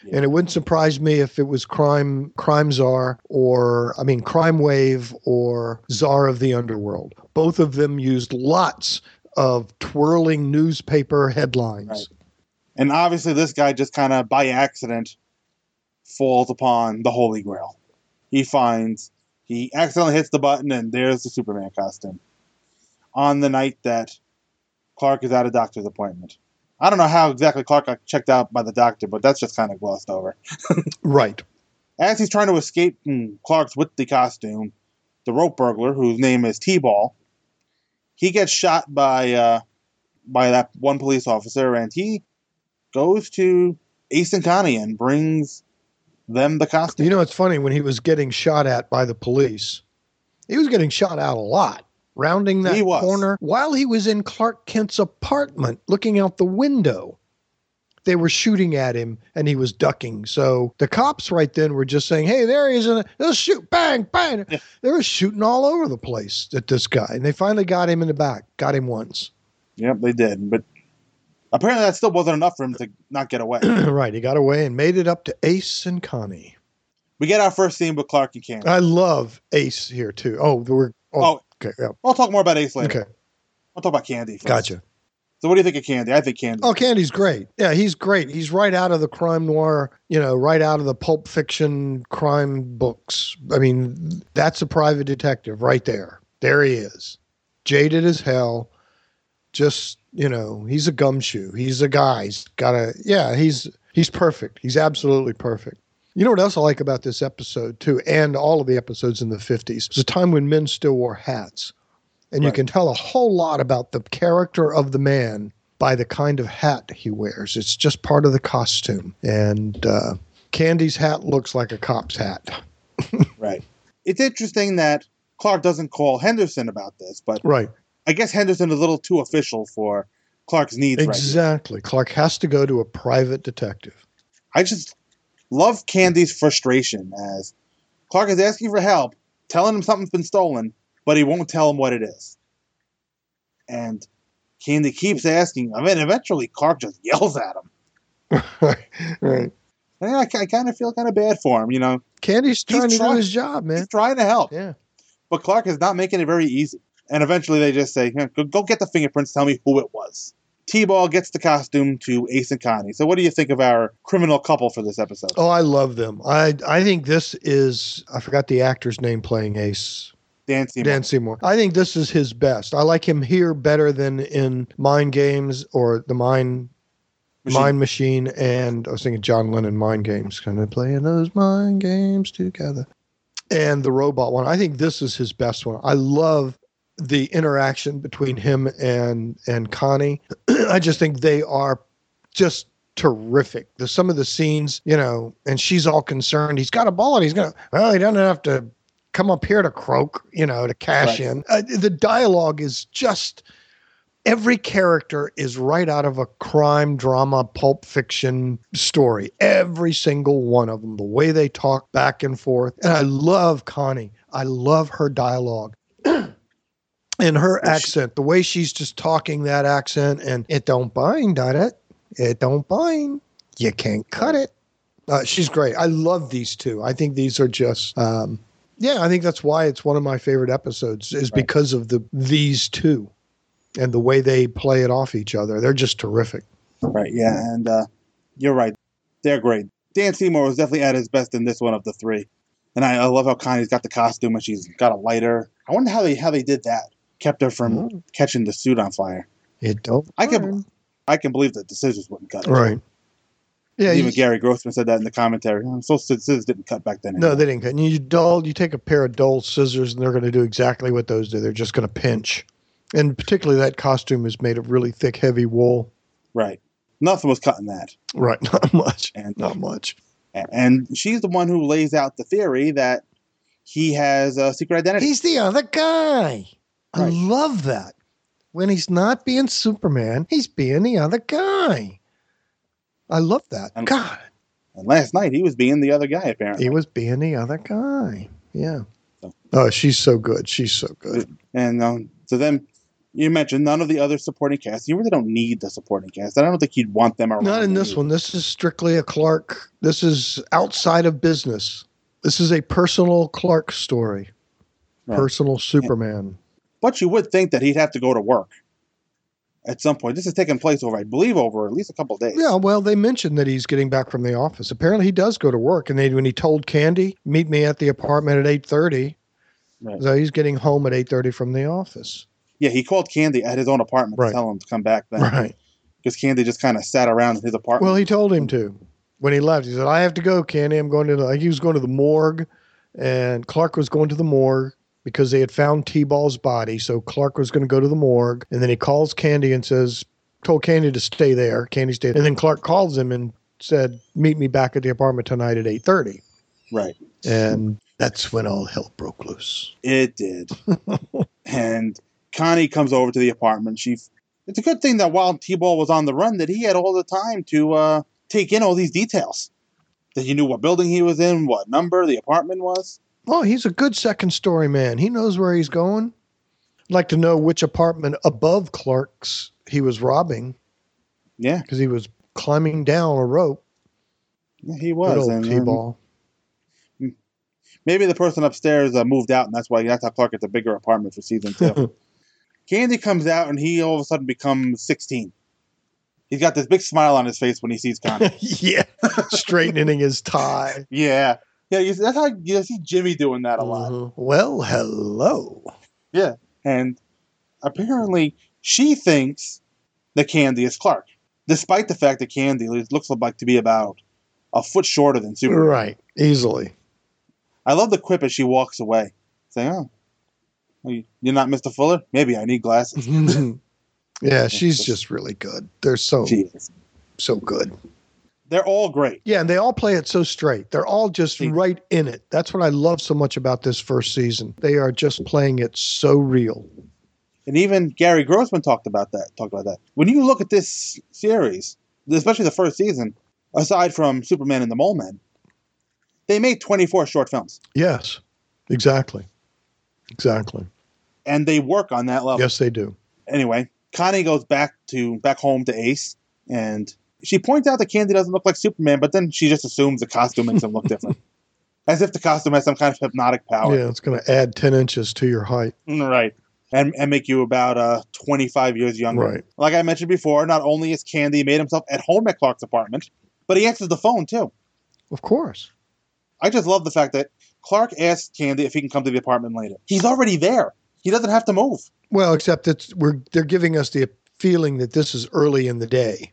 B: Yeah.
C: And it wouldn't surprise me if it was crime, crime czar, or I mean, crime wave, or czar of the underworld. Both of them used lots of twirling newspaper headlines.
B: Right. And obviously, this guy just kind of by accident falls upon the Holy Grail. He finds, he accidentally hits the button, and there's the Superman costume on the night that Clark is at a doctor's appointment. I don't know how exactly Clark got checked out by the doctor, but that's just kind of glossed over.
C: Right.
B: As he's trying to escape from Clark's with the costume, the rope burglar, whose name is T-Ball, he gets shot by uh, by that one police officer, and he goes to Ace and Connie and brings them the costume.
C: You know, it's funny when he was getting shot at by the police, he was getting shot out a lot, rounding that
B: He was.
C: corner while he was in Clark Kent's apartment looking out the window. They were shooting at him and he was ducking. So the cops right then were just saying, Hey, there he is. And they'll shoot. Bang, bang.
B: Yeah.
C: They were shooting all over the place at this guy. And they finally got him in the back, got him once.
B: yep, they did, but apparently that still wasn't enough for him to not get away.
C: right. He got away and made it up to Ace and Connie.
B: we get our first scene with Clark and Candy.
C: I love Ace here too. Oh, we're.
B: Oh.
C: okay. Yeah.
B: we'll talk more about Ace later.
C: Okay.
B: We'll talk about Candy. First.
C: Gotcha.
B: So, what do you think of Candy? I think Candy.
C: Oh, Candy's great. Yeah, he's great. He's right out of the crime noir, you know, right out of the pulp fiction crime books. I mean, that's a private detective right there. There he is. Jaded as hell. Just, you know, he's a gumshoe. He's a guy. He's got a yeah, he's he's perfect. He's absolutely perfect. You know what else I like about this episode too, and all of the episodes in the fifties? It's a time when men still wore hats. And you
B: Right.
C: can tell a whole lot about the character of the man by the kind of hat he wears. It's just part of the costume. And uh, Candy's hat looks like a cop's hat.
B: Right. It's interesting that Clark doesn't call Henderson about this, but
C: Right.
B: I guess Henderson is a little too official for Clark's needs right now.
C: exactly. Clark has to go to a private detective.
B: I just love Candy's frustration as Clark is asking for help, telling him something's been stolen, but he won't tell him what it is. And Candy keeps asking. I mean, eventually Clark just yells at him.
C: right.
B: And I, I kind of feel kind of bad for him, you know.
C: Candy's trying to do
B: trying-
C: his job, man.
B: He's trying to help,
C: Yeah.
B: but Clark is not making it very easy. And eventually they just say, "Here, go, go get the fingerprints, tell me who it was. T Ball gets the costume to Ace and Connie. So, what do you think of our criminal couple for this episode?
C: Oh, I love them. I I think this is I forgot the actor's name playing Ace.
B: Dan Seymour.
C: Dan Seymour. I think this is his best. I like him here better than in Mind Games or the Mind
B: Machine.
C: Mind Machine and I was thinking John Lennon Mind Games, kind of playing those mind games together. And the robot one, I think this is his best one. I love the interaction between him and and Connie. I just think they are just terrific. The some of the scenes, you know, and she's all concerned. He's got a ball and he's gonna. Well, he doesn't have to come up here to croak, you know, to cash
B: Right.
C: in. Uh, the dialogue is just every character is right out of a crime drama pulp fiction story every single one of them the way they talk back and forth and i love connie i love her dialogue and her
B: Well, she-
C: accent the way she's just talking that accent and it don't bind on it it don't bind you can't cut it. Uh, she's great. I love these two. I think these are just, um, yeah, I think that's why it's one of my favorite episodes is because of the these two and the way they play it off each other. They're just terrific.
B: Right. Yeah, and uh, you're right. They're great. Dan Seymour was definitely at his best in this one of the three. And I, I love how Connie's got the costume and she's got a lighter. I wonder how they how they did that. Kept her from catching the suit on fire.
C: Hmm. It don't.
B: I can I can believe that the scissors wouldn't cut it.
C: Right. Yeah.
B: Even
C: You,
B: Gary Grossman said that in the commentary. I'm so the scissors didn't cut back then.
C: no, they didn't cut. You dull. You take a pair of dull scissors, and they're going to do exactly what those do. They're just going to pinch. And particularly that costume is made of really thick, heavy wool.
B: Right. Nothing was cutting that.
C: Right. Not much.
B: And
C: Not much.
B: and she's the one who lays out the theory that he has a secret identity.
C: He's the other guy. I
B: Right.
C: love that. When he's not being Superman, he's being the other guy. I love that.
B: And-
C: God,
B: and last night he was being the other guy apparently.
C: he was being the other guy. Yeah.
B: So-
C: Oh, she's so good. She's so good.
B: And um, so then you mentioned none of the other supporting cast. You really don't need the supporting cast. I don't think you'd want them around.
C: Not in this one. This is strictly a Clark. This is outside of business. This is a personal Clark story.
B: Right.
C: Personal Superman.
B: But you would think that he'd have to go to work at some point. This is taking place over, I believe, over at least a couple of days.
C: Yeah, well, they mentioned that he's getting back from the office. Apparently, he does go to work. And they, when he told Candy, "Meet me at the apartment at 8.30,
B: Right.
C: so he's getting home at eight thirty from the office.
B: Yeah, he called Candy at his own apartment
C: Right.
B: to tell him to come back then. Because Candy just kind of sat around in his apartment.
C: Well, he told him to when he left. He said, "I have to go, Candy. I'm going to." The, he was going to the morgue, and Clark was going to the morgue because they had found T-Ball's body. So Clark was going to go to the morgue, and then he calls Candy and says, "Told Candy to stay there. Candy stayed." And then Clark calls him and said, "Meet me back at the apartment tonight at 8.30.
B: right.
C: And that's when all hell broke loose.
B: It did. and Connie comes over to the apartment. She, it's a good thing that while T-Ball was on the run, that he had all the time to uh, take in all these details. That he knew what building he was in, what number the apartment was.
C: Oh, he's a good second story man. He knows where he's going. I'd like to know which apartment above Clark's he was robbing
B: Yeah,
C: because he was climbing down a rope.
B: yeah, he
C: Good
B: was.
C: old
B: And, um,
C: T-ball.
B: Hmm. maybe the person upstairs uh, moved out, and that's why that's how Clark gets a bigger apartment for season two. Candy comes out, and he all of a sudden becomes sixteen. He's got this big smile on his face when he sees Connie.
C: yeah, straightening his tie.
B: yeah, yeah. You see, that's how you see Jimmy doing that a lot.
C: Mhm. Well, hello.
B: and apparently she thinks that Candy is Clark, despite the fact that Candy looks like to be about a foot shorter than Superman.
C: Right, easily.
B: I love the quip as she walks away, saying, "Oh, well, you- you're not Mister Fuller? Maybe I need glasses."
C: Mm-hmm. yeah, she's just really good. They're so
B: Jesus,
C: so good.
B: they're all great.
C: Yeah, and they all play it so straight. They're all just
B: Yeah.
C: right in it. That's what I love so much about this first season. They are just playing it so real.
B: And even Gary Grossman talked about that. Talked about that. When you look at this series, especially the first season, aside from Superman and the Mole Men, they made 24 short films,
C: Yes, exactly. Exactly.
B: and they work on that level.
C: Yes, they do.
B: anyway, Connie goes back to back home to Ace, and she points out that Candy doesn't look like Superman, but then she just assumes the costume makes him look different, as if the costume has some kind of hypnotic power.
C: Yeah, it's going to add 10 inches to your height.
B: Mm, Right. And, and make you about uh, 25 years younger.
C: Right.
B: Like I mentioned before, not only is Candy made himself at home at Clark's apartment, but he answers the phone too.
C: Of course.
B: I just love the fact that Clark asks Candy if he can come to the apartment later. He's already there. He doesn't have to move.
C: Well, except it's we're they're giving us the feeling that this is early in the day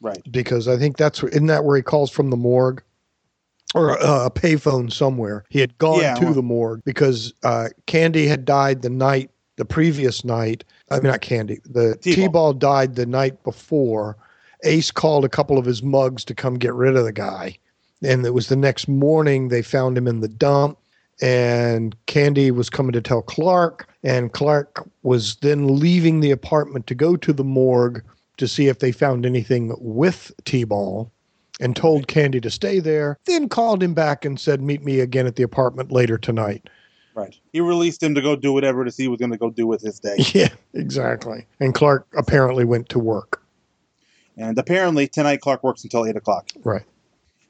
B: Right.
C: because I think that's where- isn't that where he calls from the morgue or uh, a payphone somewhere. He had gone
B: Yeah,
C: to
B: well-
C: the morgue because uh, Candy had died the night the previous night. I mean, not Candy. The
B: T-Ball.
C: T-ball died the night before. Ace called a couple of his mugs to come get rid of the guy, and it was the next morning they found him in the dump. And Candy was coming to tell Clark, and Clark was then leaving the apartment to go to the morgue to see if they found anything with T Ball and told Candy to stay there, then called him back and said, Meet me again at the apartment later tonight.
B: Right. He released him to go do whatever it is he was going to go do with his day.
C: Yeah, exactly. And Clark apparently went to work.
B: And apparently tonight Clark works until eight o'clock.
C: Right.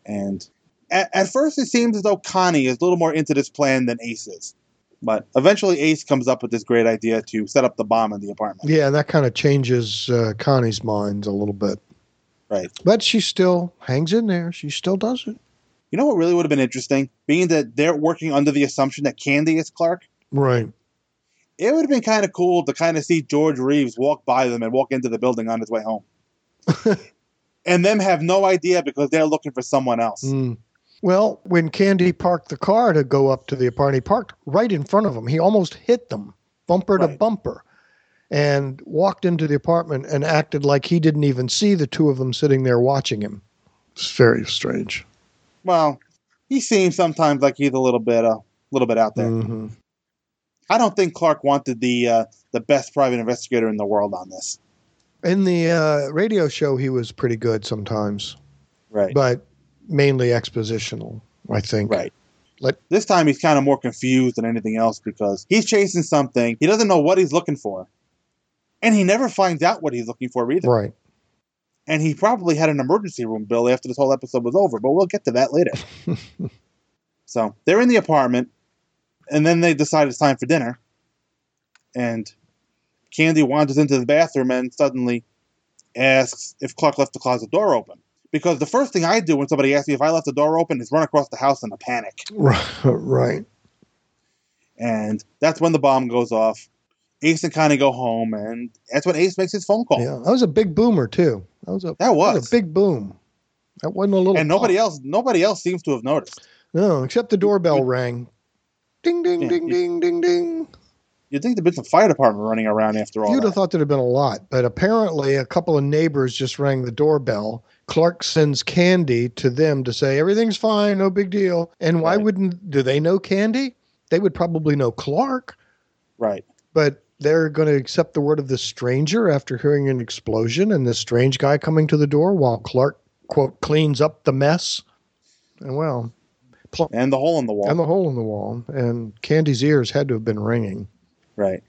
B: And at, at first it seems as though Connie is a little more into this plan than Ace is. But eventually Ace comes up with this great idea to set up the bomb in the apartment.
C: Yeah, and that kind of changes uh, Connie's mind a little bit.
B: Right.
C: But she still hangs in there. She still does it.
B: You know what really would have been interesting? Being that they're working under the assumption that Candy is Clark,
C: Right.
B: it would have been kind of cool to kind of see George Reeves walk by them and walk into the building on his way home. and them have no idea because they're looking for someone else.
C: Mm. Well, when Candy parked the car to go up to the apartment, he parked right in front of them. He almost hit them, bumper to
B: Right.
C: bumper, and walked into the apartment and acted like he didn't even see the two of them sitting there watching him. It's very strange.
B: Well, he seems sometimes like he's a little bit a little bit out there.
C: hmm
B: I don't think Clark wanted the uh, the best private investigator in the world on this.
C: In the uh, radio show, he was pretty good sometimes,
B: Right.
C: but mainly expositional, I think.
B: Right.
C: Let-
B: this time he's kind of more confused than anything else because he's chasing something. He doesn't know what he's looking for. And he never finds out what he's looking for either.
C: Right.
B: And he probably had an emergency room bill after this whole episode was over, but we'll get to that later. so they're in the apartment, and then they decide it's time for dinner. And Candy wanders into the bathroom and suddenly asks if Clark left the closet door open. Because the first thing I do when somebody asks me if I left the door open is run across the house in a panic.
C: Right.
B: And that's when the bomb goes off. Ace and Connie go home, and that's when Ace makes his phone call.
C: Yeah. That was a big boomer, too. That was a,
B: That
C: that
B: was.
C: was a big boom. That wasn't a little.
B: and nobody
C: pop.
B: else nobody else seems to have noticed.
C: No, except the doorbell rang. Ding, ding,
B: Yeah,
C: ding,
B: you-
C: ding, ding, ding.
B: You'd think there'd been some fire department running around after all.
C: You'd
B: that.
C: have thought there'd have been a lot, but apparently a couple of neighbors just rang the doorbell. Clark sends Candy to them to say everything's fine, no big deal. And why
B: Right.
C: wouldn't do they know Candy? They would probably know Clark,
B: Right.
C: but they're going to accept the word of this stranger after hearing an explosion and this strange guy coming to the door while Clark quote cleans up the mess. And well,
B: And the hole in the wall.
C: and the hole in the wall and Candy's ears had to have been ringing.
B: right.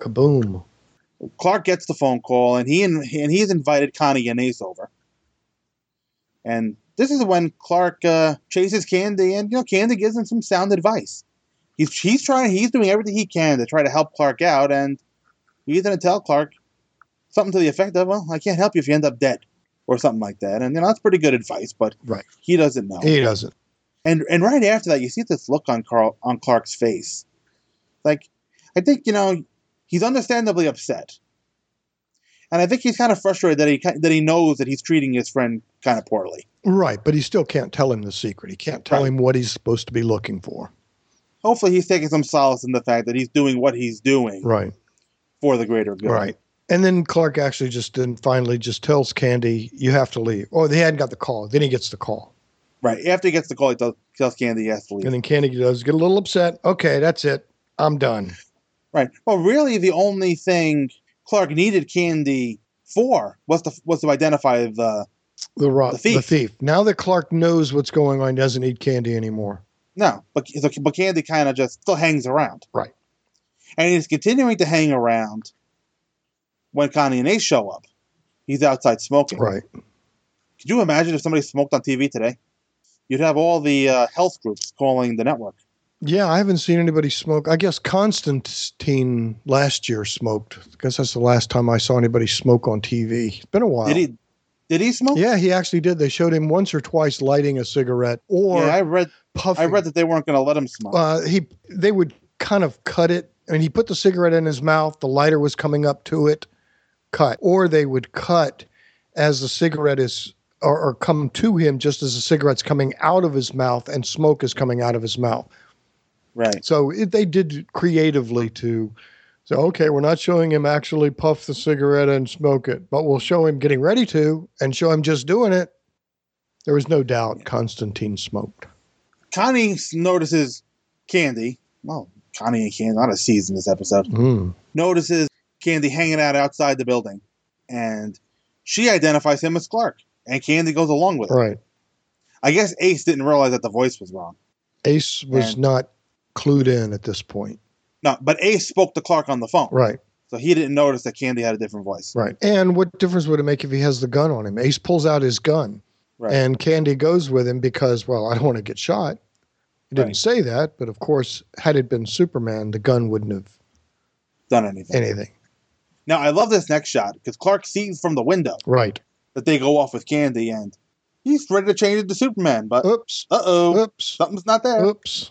C: Kaboom.
B: Clark gets the phone call, and he and, and he's invited Connie and Ace over. And this is when Clark uh, chases Candy, and you know Candy gives him some sound advice. He's he's trying he's doing everything he can to try to help Clark out, and he's going to tell Clark something to the effect of, "Well, I can't help you if you end up dead," or something like that. And you know that's pretty good advice, but
C: Right.
B: he doesn't know.
C: He doesn't.
B: And and right after that, you see this look on Carl on Clark's face, like I think you know he's understandably upset, and I think he's kind of frustrated that he ki- that he knows that he's treating his friend kind of poorly.
C: Right, but he still can't tell him the secret. He can't tell
B: Right.
C: him what he's supposed to be looking for.
B: Hopefully, he's taking some solace in the fact that he's doing what he's doing
C: Right,
B: for the greater good.
C: right. And then Clark actually just then finally just tells Candy, "You have to leave." Oh, they hadn't got the call. Then he gets the call,
B: Right. After he gets the call, he tells, tells Candy he has to leave.
C: and then Candy does get a little upset. Okay, that's it. I'm done.
B: Right. Well, really, the only thing Clark needed Candy for was to was to identify the
C: The rob,
B: The
C: the
B: thief.
C: thief. Now that Clark knows what's going on, he doesn't need Candy anymore.
B: No, but so- but Candy kind of just still hangs around.
C: Right.
B: And he's continuing to hang around when Connie and Ace show up. He's outside smoking.
C: Right.
B: Could you imagine if somebody smoked on TV today? You'd have all the uh, health groups calling the network.
C: Yeah, I haven't seen anybody smoke. I guess Constantine last year smoked. I guess that's the last time I saw anybody smoke on TV. It's been a while.
B: Did he? Did he smoke?
C: Yeah, he actually did. They showed him once or twice lighting a cigarette or
B: Yeah, I read.
C: puffing.
B: I read that they weren't going to let him smoke.
C: uh, he they would kind of cut it. I mean, he put the cigarette in his mouth. The lighter was coming up to it. Cut, or they would cut as the cigarette is or, or come to him just as the cigarette's coming out of his mouth and smoke is coming out of his mouth.
B: right.
C: So it, they did it creatively to so okay, we're not showing him actually puff the cigarette and smoke it, but we'll show him getting ready to and show him just doing it. There was no doubt Constantine smoked.
B: Connie s- notices Candy. Well, Connie and Candy. Not a season this episode.
C: Mm.
B: notices Candy hanging out outside the building, and she identifies him as Clark, and Candy goes along with it.
C: Right.
B: I guess Ace didn't realize that the voice was wrong.
C: Ace was
B: And-
C: not clued in at this point.
B: No, but Ace spoke to Clark on the phone,
C: Right.
B: So he didn't notice that Candy had a different voice.
C: Right. And what difference would it make if he has the gun on him? Ace pulls out his gun,
B: Right.
C: and Candy goes with him because, well, I don't want to get shot. He didn't
B: Right.
C: say that, but of course, had it been Superman, the gun wouldn't have
B: Done anything.
C: anything.
B: Now I love this next shot because Clark sees from the window
C: Right.
B: that they go off with Candy, and he's ready to change it to Superman, but uh
C: Oops.
B: oh,
C: Oops.
B: something's not there.
C: Oops.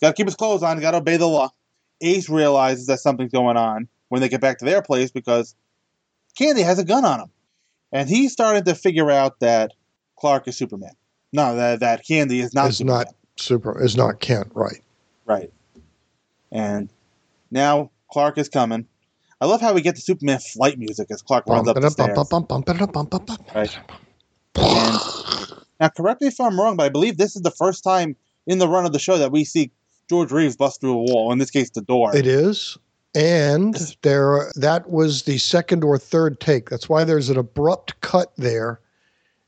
B: Got to keep his clothes on. Got to obey the law. Ace realizes that something's going on when they get back to their place because Candy has a gun on him, and he's starting to figure out that Clark is Superman. No, that that Candy is not
C: Is
B: Superman.
C: not super. Is not Kent. Right.
B: Right. And now Clark is coming. I love how we get the Superman flight music as Clark runs up the stairs. Right. And now, correct me if I'm wrong, but I believe this is the first time in the run of the show that we see George Reeves bust through a wall. In this case, the door.
C: It is. And
B: Yes.
C: there that was the second or third take. That's why there's an abrupt cut there.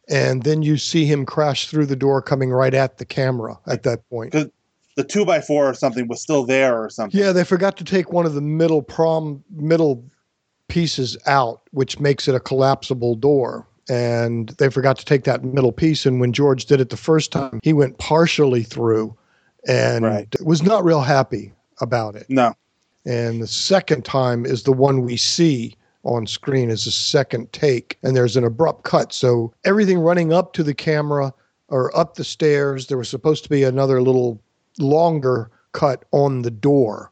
C: And then you see him crash through the door coming right at the camera at that point.
B: The two by four or something was still there or something.
C: Yeah, they forgot to take one of the middle prom middle pieces out, which makes it a collapsible door. And they forgot to take that middle piece. And when George did it the first time, he went partially through and
B: Right.
C: was not real happy about it.
B: No.
C: And the second time is the one we see on screen is the second take. And there's an abrupt cut. So everything running up to the camera or up the stairs, there was supposed to be another little longer cut on the door.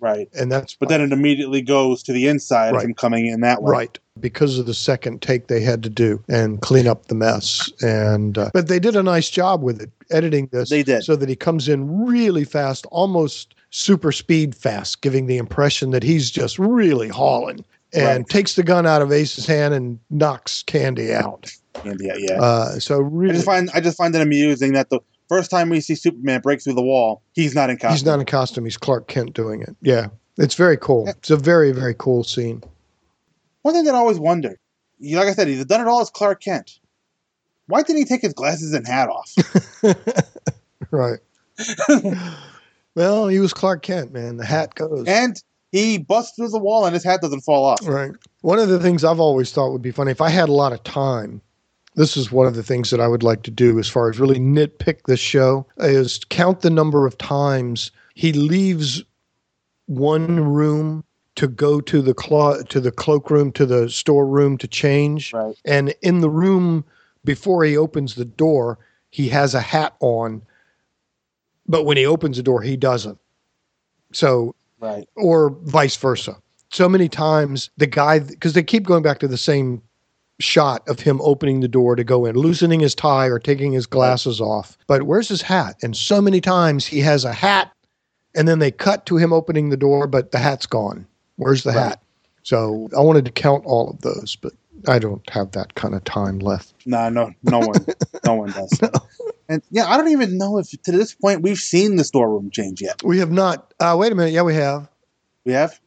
B: Right.
C: And that's
B: But then it immediately goes to the inside
C: Right.
B: of him coming in that way.
C: right because of the second take they had to do and clean up the mess. And uh, but they did a nice job with it editing this.
B: They did.
C: so that he comes in really fast, almost super speed fast, giving the impression that he's just really hauling. And
B: Right.
C: takes the gun out of Ace's hand and knocks Candy out.
B: And yeah, yeah.
C: Uh, so
B: I
C: really,
B: just find I just find it amusing that the first time we see Superman break through the wall, he's not in costume.
C: he's not in costume. He's Clark Kent doing it. Yeah, it's very cool. It's a very very cool scene.
B: One thing that I always wondered, you- like I said, he's done it all as Clark Kent. Why didn't he take his glasses and hat off?
C: Right. well, he was Clark Kent, man. The hat goes.
B: and he busts through the wall and his hat doesn't fall off.
C: Right. One of the things I've always thought would be funny if I had a lot of time. This is one of the things that I would like to do as far as really nitpick this show is count the number of times he leaves one room to go to the clo- to the cloakroom to the storeroom to change
B: Right.
C: and in the room before he opens the door he has a hat on but when he opens the door he doesn't so
B: Right.
C: or vice versa. So many times the guy, because they keep going back to the same shot of him opening the door to go in, loosening his tie or taking his glasses off. But where's his hat? And so many times he has a hat, and then they cut to him opening the door, but the hat's gone. Where's the
B: Right.
C: hat? So I wanted to count all of those, but I don't have that kind of time left.
B: No, no, no one, no one does. And yeah, I don't even know if to this point we've seen the storeroom change yet.
C: We have not. Uh, wait a minute. Yeah, we have.
B: We have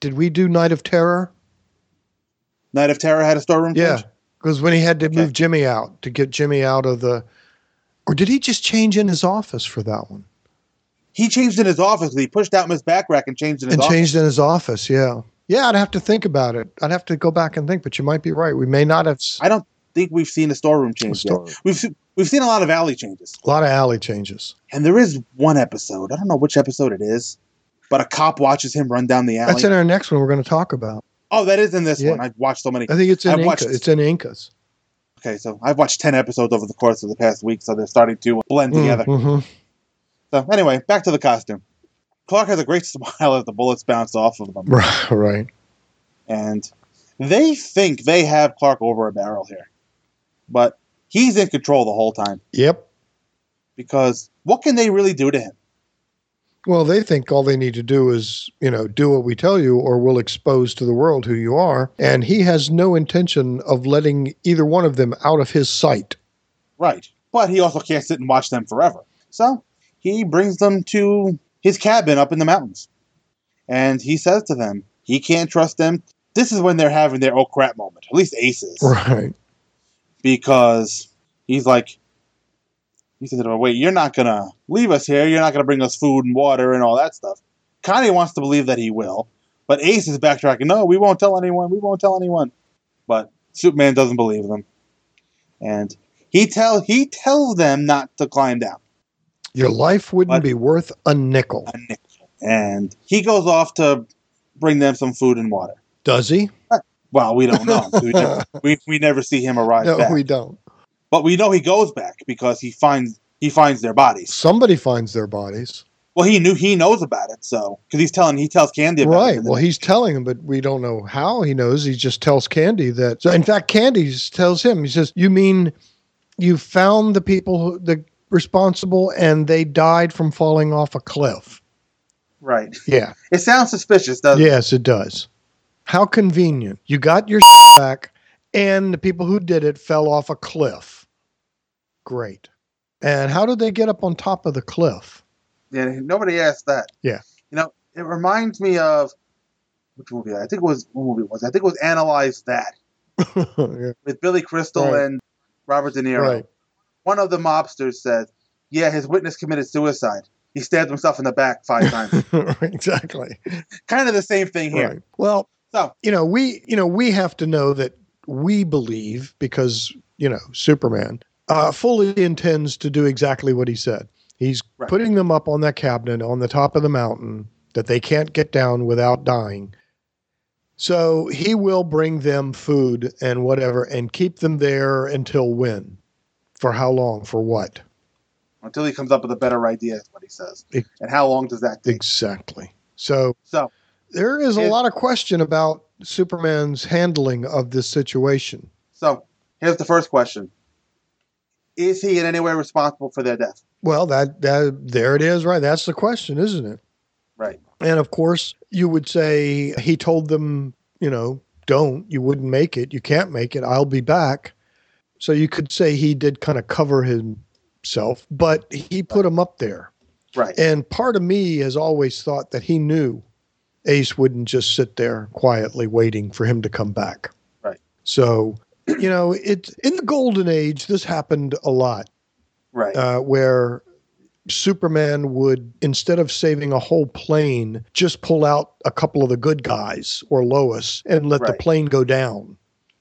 C: Did we do Night of Terror?
B: Night of Terror had a storeroom
C: Yeah,
B: change.
C: because when he had to
B: Mm-hmm. Okay.
C: move Jimmy out to get Jimmy out of the, or did he just change in his office for that one
B: He changed in his office. He pushed out Miss Backrack and changed in his
C: and
B: office.
C: changed in his office? Yeah, yeah. I'd have to think about it. I'd have to go back and think. But you might be right. We may not have s-
B: I don't think we've seen a storeroom change yet.
C: a
B: We've se- we've seen a lot of alley changes,
C: lot of alley changes.
B: and there is one episode. I don't know which episode it is, but a cop watches him run down the alley.
C: That's in our next one. We're going to talk about.
B: oh, that is in this
C: Yeah.
B: one. I've watched so many.
C: I think it's in
B: I've
C: Inca.
B: watched this.
C: It's in Incas.
B: Okay, so I've watched ten episodes over the course of the past week, so they're starting to blend together.
C: Mhm.
B: So anyway, back to the costume. Clark has a great smile as the bullets bounce off of them,
C: Right, right.
B: and they think they have Clark over a barrel here, but he's in control the whole time
C: Yep.
B: because what can they really do to him?
C: Well, they think all they need to do is, you know, do what we tell you, or we'll expose to the world who you are. And he has no intention of letting either one of them out of his sight.
B: Right. But he also can't sit and watch them forever. So he brings them to his cabin up in the mountains. And he says to them, he can't trust them. This is when they're having their oh crap moment, at least aces.
C: Right.
B: Because he's like, he says to them, wait, you're not going to leave us here. You're not going to bring us food and water and all that stuff. Connie wants to believe that he will. But Ace is backtracking. No, we won't tell anyone. We won't tell anyone. But Superman doesn't believe them, and he tell he tells them not to climb down.
C: Your life wouldn't be worth a nickel.
B: And he goes off to bring them some food and water.
C: Does he?
B: Well, we don't know. we, never, we, we never see him arrive
C: No,
B: back.
C: we don't.
B: But we know he goes back because he finds he finds their bodies.
C: Somebody finds their bodies.
B: Well, he knew he knows about it, so because he's telling he tells Candy about it.
C: Right. Well, he's telling him, but we don't know how he knows. He just tells Candy that. So, in fact, Candy s- tells him, he says, You mean you found the people, who, the responsible, and they died from falling off a cliff?
B: Right.
C: Yeah.
B: It sounds suspicious, doesn't it?
C: Yes, it does. How convenient. You got your back, and the people who did it fell off a cliff. Great. And how did they get up on top of the cliff?
B: Yeah. Nobody asked that.
C: Yeah.
B: You know, it reminds me of which movie? I think it was what movie it was. I think it was Analyze That
C: Yeah.
B: with Billy Crystal
C: Right.
B: and Robert De Niro.
C: Right.
B: One of the mobsters said, "Yeah, his witness committed suicide. He stabbed himself in the back five times."
C: exactly.
B: kind of the same thing here.
C: Right. Well,
B: So
C: you know we you know we have to know that we believe because you know superman uh, fully intends to do exactly what he said he's
B: Right.
C: putting them up on that cabinet on the top of the mountain that they can't get down without dying so he will bring them food and whatever and keep them there until when for how long for what
B: until he comes up with a better idea is what he says.
C: Ex-
B: And how long does that take?
C: exactly so
B: So
C: there is a
B: It-
C: lot of question about superman's handling of this situation
B: so here's the first question. Is he in any way responsible for their death?
C: Well, that, that there it is, right? That's the question, isn't it?
B: Right.
C: And of course, you would say he told them, you know, don't, you wouldn't make it, you can't make it, I'll be back. So you could say he did kind of cover himself, but he put him up there.
B: Right.
C: And part of me has always thought that he knew Ace wouldn't just sit there quietly waiting for him to come back.
B: Right.
C: So, you know, it's in the golden age, this happened a lot
B: Right.
C: uh, where Superman would, instead of saving a whole plane, just pull out a couple of the good guys or Lois and let
B: Right.
C: the plane go down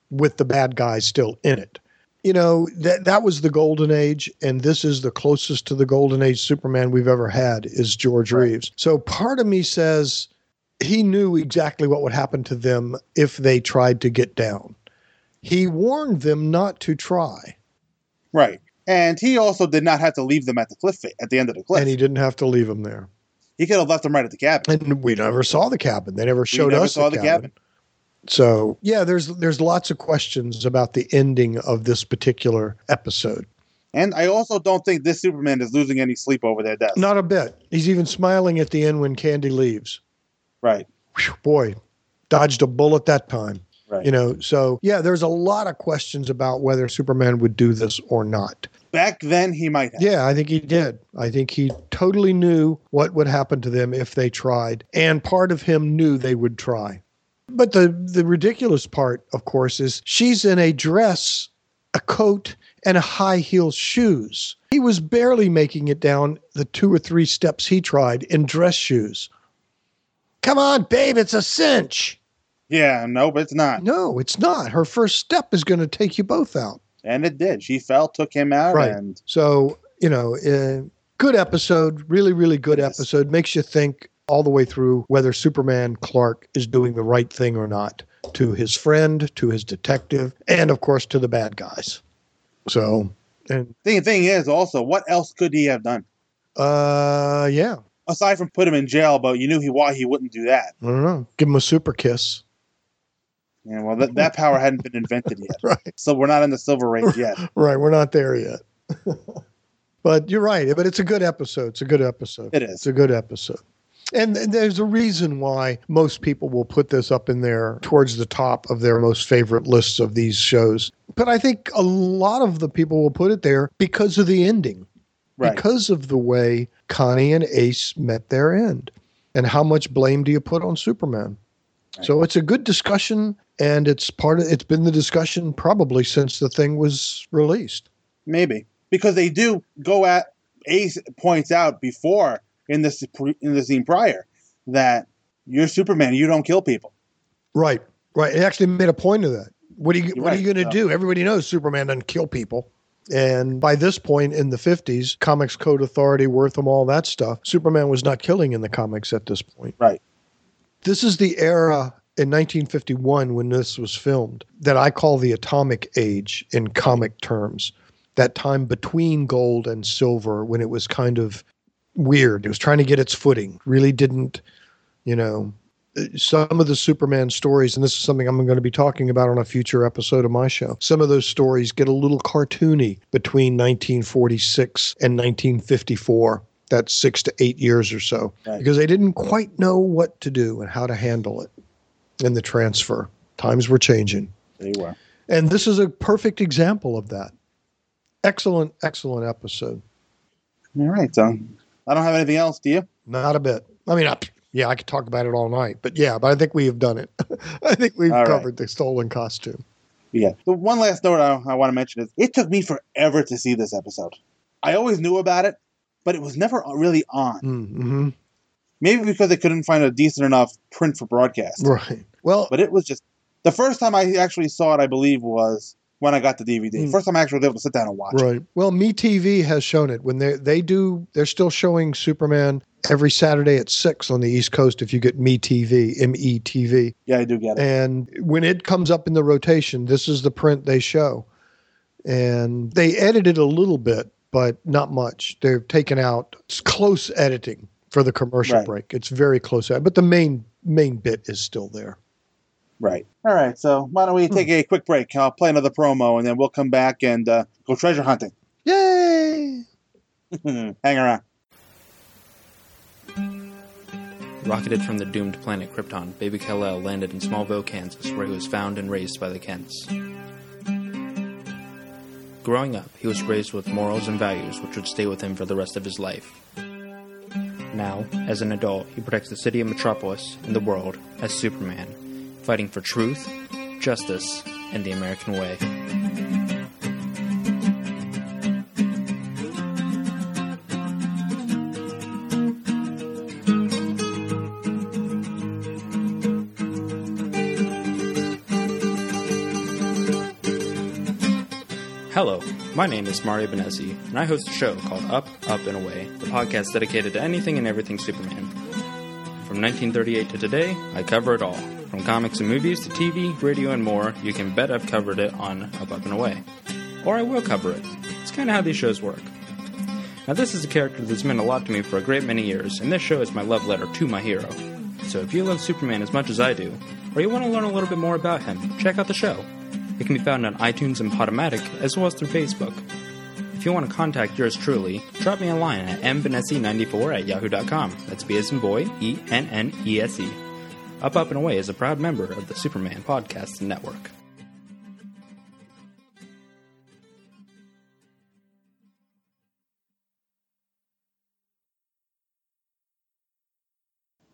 C: with the bad guys still in it. You know, that that was the golden age, and this is the closest to the golden age Superman we've ever had is George
B: Right.
C: Reeves. So part of me says he knew exactly what would happen to them if they tried to get down. He warned them not to try.
B: right. And he also did not have to leave them at the cliff fa- at the end of the cliff.
C: And he
B: he,
C: didn't have to leave them there.
B: could have left them right at the cabin.
C: And we never saw the cabin. They never showed
B: never
C: us
B: saw the cabin.
C: So yeah, there's there's lots of questions about the ending of this particular episode.
B: And I also don't think this Superman is losing any sleep over their death.
C: Not a bit. He's even smiling at the end when Candy leaves.
B: Right.
C: Whew, boy, dodged a bullet that time.
B: Right.
C: You know, so yeah, there's a lot of questions about whether Superman would do this or not.
B: Back then he might have.
C: Yeah, I think he did. I think he totally knew what would happen to them if they tried, and part of him knew they would try. But the the ridiculous part, of course, is she's in a dress, a coat, and a high heel shoes. He was barely making it down the two or three steps he tried in dress shoes. Come on, babe, it's a cinch.
B: Yeah, no, but it's not.
C: No, it's not. Her first step is going to take you both out.
B: And it did. She fell, took him out,
C: Right.
B: and
C: So, you know, uh, good episode, really, really good
B: Yes.
C: episode. Makes you think all the way through whether Superman Clark is doing the right thing or not to his friend, to his detective, and of course to the bad guys. So, and
B: the thing is also, what else could he have done?
C: uh, yeah,
B: Aside from put him in jail, but you knew he why he wouldn't do that.
C: I don't know. Give him a super kiss.
B: Yeah, well, that, that power hadn't been invented yet.
C: Right.
B: So we're not in the Silver Age yet.
C: Right. We're not there yet. but you're right. But it's a good episode. It's a good episode.
B: It is.
C: It's a good episode. And th- there's a reason why most people will put this up in there towards the top of their most favorite lists of these shows. But I think a lot of the people will put it there because of the ending,
B: Right.
C: because of the way Connie and Ace met their end, and how much blame do you put on Superman? So it's a good discussion, and it's part of it's been the discussion probably since the thing was released.
B: Maybe. Because they do go at, Ace points out before in this, in the scene prior that You're Superman. You don't kill people.
C: Right, right. It actually made a point of that. What are you What are
B: right,
C: you going to
B: yeah.
C: do? Everybody knows Superman doesn't kill people. And by this point in the 50s, Comics Code Authority, Wortham, all that stuff, Superman was not killing in the comics at this point.
B: Right.
C: This is the era in 1951 when this was filmed that I call the atomic age in comic terms. That time between gold and silver when it was kind of weird. It was trying to get its footing. Really didn't, you know, some of the Superman stories, and this is something I'm going to be talking about on a future episode of my show, some of those stories get a little cartoony between 1946 and 1954. That's six to eight years or so,
B: Right.
C: because they didn't quite know what to do and how to handle it and the transfer. Times were changing.
B: They were.
C: And this is a perfect example of that. Excellent, excellent episode.
B: All right, so I don't have anything else, do you?
C: Not a bit. I mean, I, yeah, I could talk about it all night, but yeah, but I think we have done it. I think we've
B: All right.
C: covered the stolen costume.
B: Yeah. The one last note I, I want to mention is it took me forever to see this episode. I always knew about it, but it was never uh, really on.
C: Mm-hmm.
B: Maybe because they couldn't find a decent enough print for broadcast.
C: Right. Well,
B: But it was just the first time I actually saw it. I believe was when I got the DVD.
C: Hmm.
B: First time I actually was able to sit down and watch. it.
C: right. Well, MeTV has shown it when they they do. They're still showing Superman every Saturday at six on the East Coast. If you get MeTV, M E T V,
B: Yeah, I do get it.
C: and when it comes up in the rotation, this is the print they show, and they edited a little bit, but not much. They've taken out it's close editing for the commercial
B: Right.
C: break. It's very close, ed- but the main main bit is still there.
B: Right. All right. So why don't we
C: Hmm.
B: take a quick break? I'll play another promo, and then we'll come back and uh, go treasure hunting.
C: Yay!
B: Hang around.
K: Rocketed from the doomed planet Krypton, Baby Kal-El landed in Smallville, Kansas, where he was found and raised by the Kents. Growing up, he was raised with morals and values which would stay with him for the rest of his life. Now, as an adult, he protects the city of Metropolis and the world as Superman, fighting for truth, justice, and the American way. Hello, my name is Mario Benesi, and I host a show called Up, Up, and Away, the podcast dedicated to anything and everything Superman. From 1938 to today, I cover it all. From comics and movies to TV, radio, and more, you can bet I've covered it on Up, Up, and Away. Or I will cover it. It's kind of how these shows work. Now, this is a character that's meant a lot to me for a great many years, and this show is my love letter to my hero. So if you love Superman as much as I do, or you want to learn a little bit more about him, check out the show. It can be found on iTunes and Podomatic, as well as through Facebook. If you want to contact yours truly, drop me a line at mbenesi94 at yahoo.com. That's B as in boy, E N N E S E. Up, Up, and Away is a proud member of the Superman Podcast Network.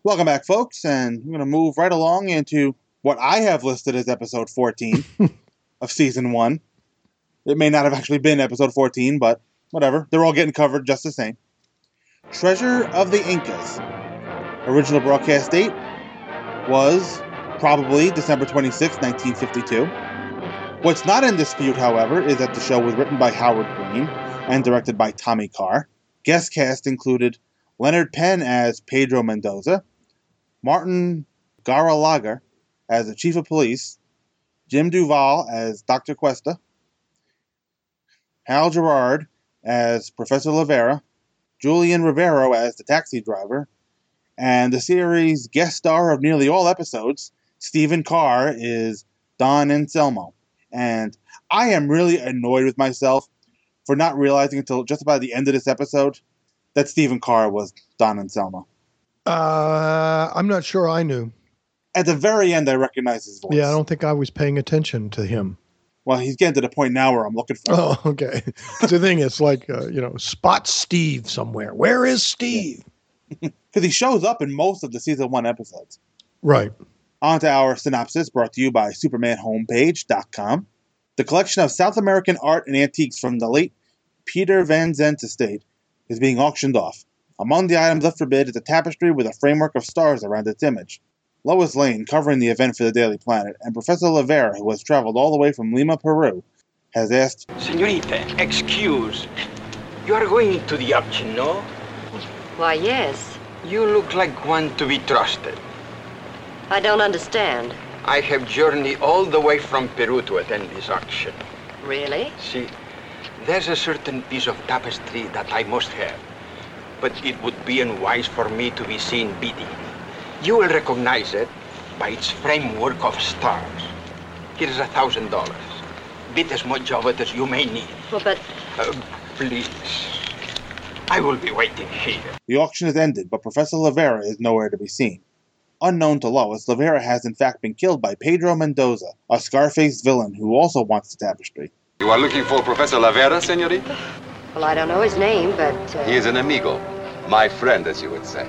B: Welcome back, folks, and I'm going to move right along into what I have listed as episode 14 of season one. It may not have actually been episode 14, but whatever. They're all getting covered just the same. Treasure of the Incas. Original broadcast date was probably December 26, 1952. What's not in dispute, however, is that the show was written by Howard Green and directed by Tommy Carr. Guest cast included Leonard Penn as Pedro Mendoza, Martin Garalager as the chief of police, Jim Duval as Dr. Cuesta, Hal Gerard as Professor Lavera, Julian Rivero as the taxi driver, and the series guest star of nearly all episodes, Stephen Carr, is Don Anselmo. And I am really annoyed with myself for not realizing until just about the end of this episode that Stephen Carr was Don Anselmo.
C: Uh, I'm not sure I knew.
B: At the very end, I recognize his voice.
C: Yeah, I don't think I was paying attention to him.
B: Well, he's getting to the point now where I'm looking for. him.
C: Oh, okay. the thing is, like, uh, you know, spot Steve somewhere. Where is Steve?
B: because he shows up in most of the season one episodes.
C: Right.
B: On to our synopsis brought to you by SupermanHomepage.com. The collection of South American art and antiques from the late Peter Van Zant estate is being auctioned off. Among the items left for bid is a tapestry with a framework of stars around its image. Lois Lane, covering the event for the Daily Planet, and Professor Lavera, who has traveled all the way from Lima, Peru, has asked,
L: Senorita, excuse. You are going to the auction, no?
M: Why, yes.
L: You look like one to be trusted.
M: I don't understand.
L: I have journeyed all the way from Peru to attend this auction.
M: Really?
L: See, there's a certain piece of tapestry that I must have, but it would be unwise for me to be seen bidding. You will recognize it by its framework of stars. Here's a thousand dollars. Bid as much of it as you may need.
M: Well, but
L: Uh, please, I will be waiting here.
B: The auction is ended, but Professor Lavera is nowhere to be seen. Unknown to Lois, Lavera has in fact been killed by Pedro Mendoza, a scar-faced villain who also wants the tapestry.
N: You are looking for Professor Lavera, senorita?
M: well, I don't know his name, but uh,
N: He is an amigo. My friend, as you would say.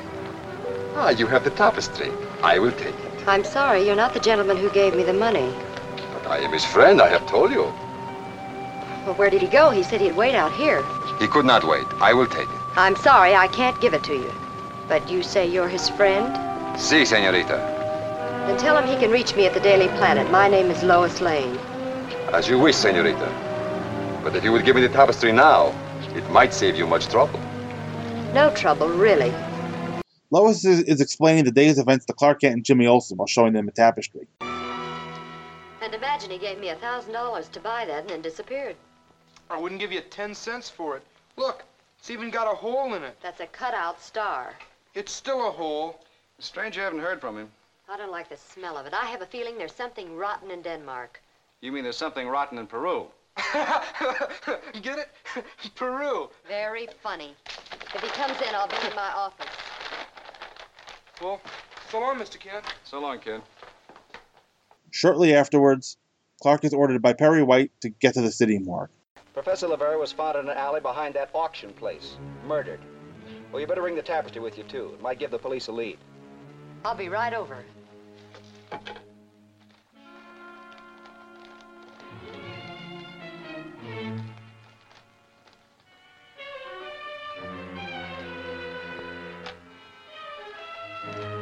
N: Ah, you have the tapestry. I will take it.
M: I'm sorry you're not the gentleman who gave me the money.
N: But I am his friend, I have told you.
M: Well, where did he go? He said he'd wait out here.
N: He could not wait. I will take it.
M: I'm sorry I can't give it to you. But you say you're his friend?
N: Si, senorita.
M: Then tell him he can reach me at the Daily Planet. My name is Lois Lane.
N: As you wish, senorita. But if you would give me the tapestry now, it might save you much trouble.
M: No trouble, really.
B: Lois is, is explaining the day's events to Clark Kent and Jimmy Olsen while showing them the tapestry.
M: And imagine he gave me a thousand dollars to buy that and then disappeared.
O: I wouldn't give you 10 cents for it. Look, it's even got a hole in it.
M: That's a cutout star.
O: It's still a hole. Strange you haven't heard from him.
M: I don't like the smell of it. I have a feeling there's something rotten in Denmark.
J: You mean there's something rotten in Peru?
O: Get it? Peru.
M: Very funny. If he comes in, I'll be in my office.
O: Well, so long, Mr. Kent.
J: So long, kid.
B: Shortly afterwards, Clark is ordered by Perry White to get to the city morgue.
P: Professor Lavera was found in an alley behind that auction place, murdered. Well, you better bring the tapestry with you, too. It might give the police a lead.
M: I'll be right over.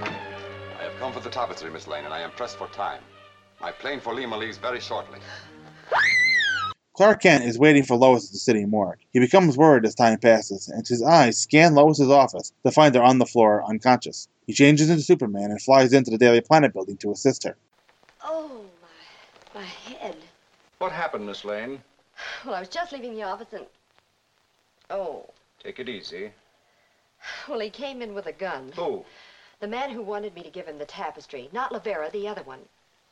N: I have come for the tapestry, Miss Lane, and I am pressed for time. My plane for Lima leaves very shortly.
B: Clark Kent is waiting for Lois at the city morgue. He becomes worried as time passes, and his eyes scan Lois's office to find her on the floor, unconscious. He changes into Superman and flies into the Daily Planet building to assist her.
M: Oh, my, my head.
J: What happened, Miss Lane?
M: Well, I was just leaving the office and. Oh,
J: Take it easy.
M: well, he came in with a gun.
J: Who?
M: The man who wanted me to give him the tapestry, not Lavera, the other one.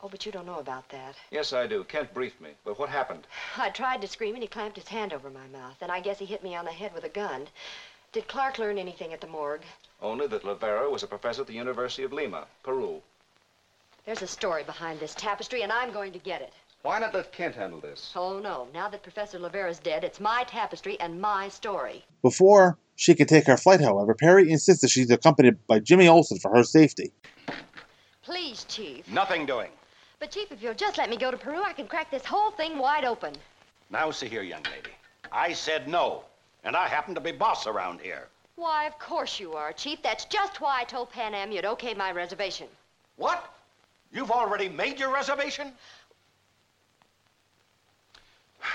M: Oh, but you don't know about that.
J: Yes, I do. Kent briefed me. But what happened?
M: I tried to scream and he clamped his hand over my mouth, and I guess he hit me on the head with a gun. Did Clark learn anything at the morgue?
J: Only that Lavera was a professor at the University of Lima, Peru.
M: There's a story behind this tapestry, and I'm going to get it.
J: Why not let Kent handle this?
M: Oh, no. Now that Professor Lavera's dead, it's my tapestry and my story.
B: Before she can take her flight, however, Perry insists that she's accompanied by Jimmy Olsen for her safety.
M: Please, Chief.
P: Nothing doing.
M: But, Chief, if you'll just let me go to Peru, I can crack this whole thing wide open.
P: Now, see here, young lady. I said no, and I happen to be boss around here.
M: Why, of course you are, Chief. That's just why I told Pan Am you'd okay my reservation.
P: What? You've already made your reservation?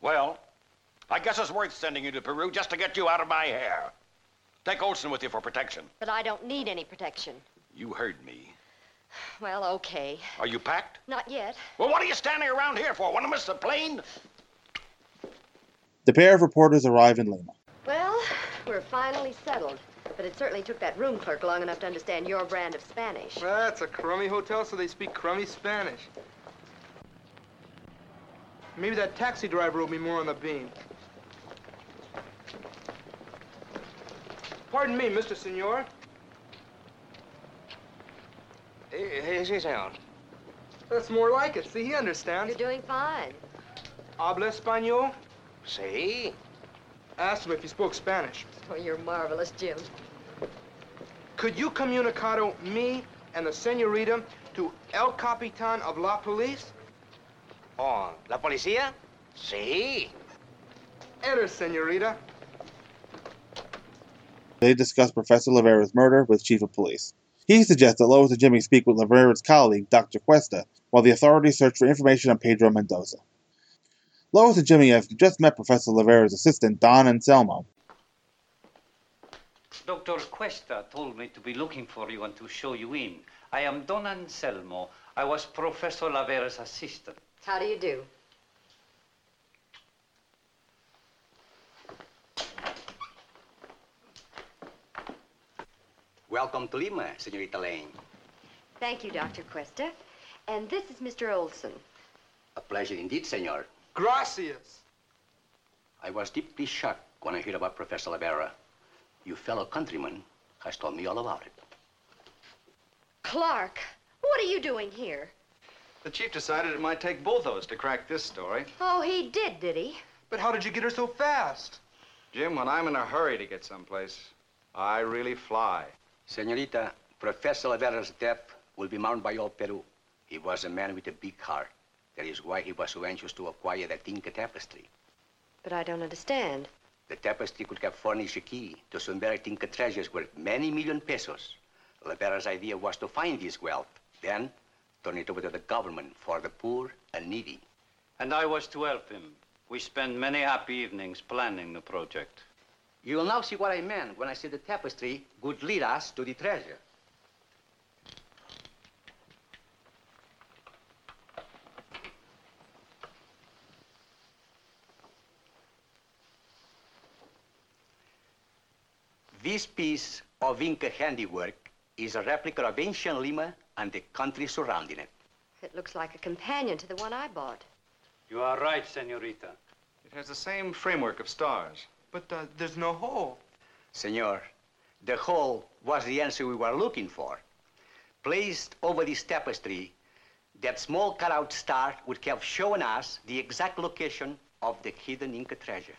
P: Well, I guess it's worth sending you to Peru just to get you out of my hair. Take Olson with you for protection.
M: But I don't need any protection.
P: You heard me.
M: Well, okay.
P: Are you packed?
M: Not yet.
P: Well, what are you standing around here for? Want to miss the plane?
B: The pair of reporters arrive in Lima.
M: Well, we're finally settled. But it certainly took that room clerk long enough to understand your brand of Spanish.
O: Well, it's a crummy hotel, so they speak crummy Spanish. Maybe that taxi driver will be more on the beam. Pardon me, Mr. Senor. Hey, hey, sit down. That's more like it. See, he understands.
M: You're doing fine.
O: Habla español? See? Asked him if he spoke Spanish.
M: Oh, you're marvelous, Jim.
O: Could you comunicado me and the senorita to El Capitan of La Police?
L: Oh, la policía? Sí.
O: Enter, senorita.
B: They discuss Professor Lavera's murder with Chief of Police. He suggests that Lois and Jimmy speak with Lavera's colleague, Dr. Cuesta, while the authorities search for information on Pedro Mendoza. Lois and Jimmy have just met Professor Lavera's assistant, Don Anselmo.
Q: Dr. Cuesta told me to be looking for you and to show you in. I am Don Anselmo. I was Professor Lavera's assistant.
M: How do you do?
R: Welcome to Lima, Senorita Lane.
M: Thank you, Dr. Cuesta. And this is Mr. Olson.
R: A pleasure indeed, Senor.
O: Gracias.
R: I was deeply shocked when I heard about Professor Lavera. Your fellow countryman has told me all about it.
M: Clark, what are you doing here?
J: The chief decided it might take both of us to crack this story.
M: Oh, he did, did he?
O: But how did you get her so fast?
J: Jim, when I'm in a hurry to get someplace, I really fly.
R: Senorita, Professor Lavera's death will be mourned by all Peru. He was a man with a big heart. That is why he was so anxious to acquire that Inca tapestry.
M: But I don't understand.
R: The tapestry could have furnished a key to some buried Inca treasures worth many million pesos. Lavera's idea was to find this wealth, then turn it over to the government for the poor and needy.
Q: And I was to help him. We spent many happy evenings planning the project.
R: You will now see what I meant when I said the tapestry could lead us to the treasure. This piece of Inca handiwork is a replica of ancient Lima and the country surrounding it.
M: It looks like a companion to the one I bought.
Q: You are right, senorita.
J: It has the same framework of stars.
O: But uh, there's no hole.
R: Senor, the hole was the answer we were looking for. Placed over this tapestry, that small cutout star would have shown us the exact location of the hidden Inca treasure.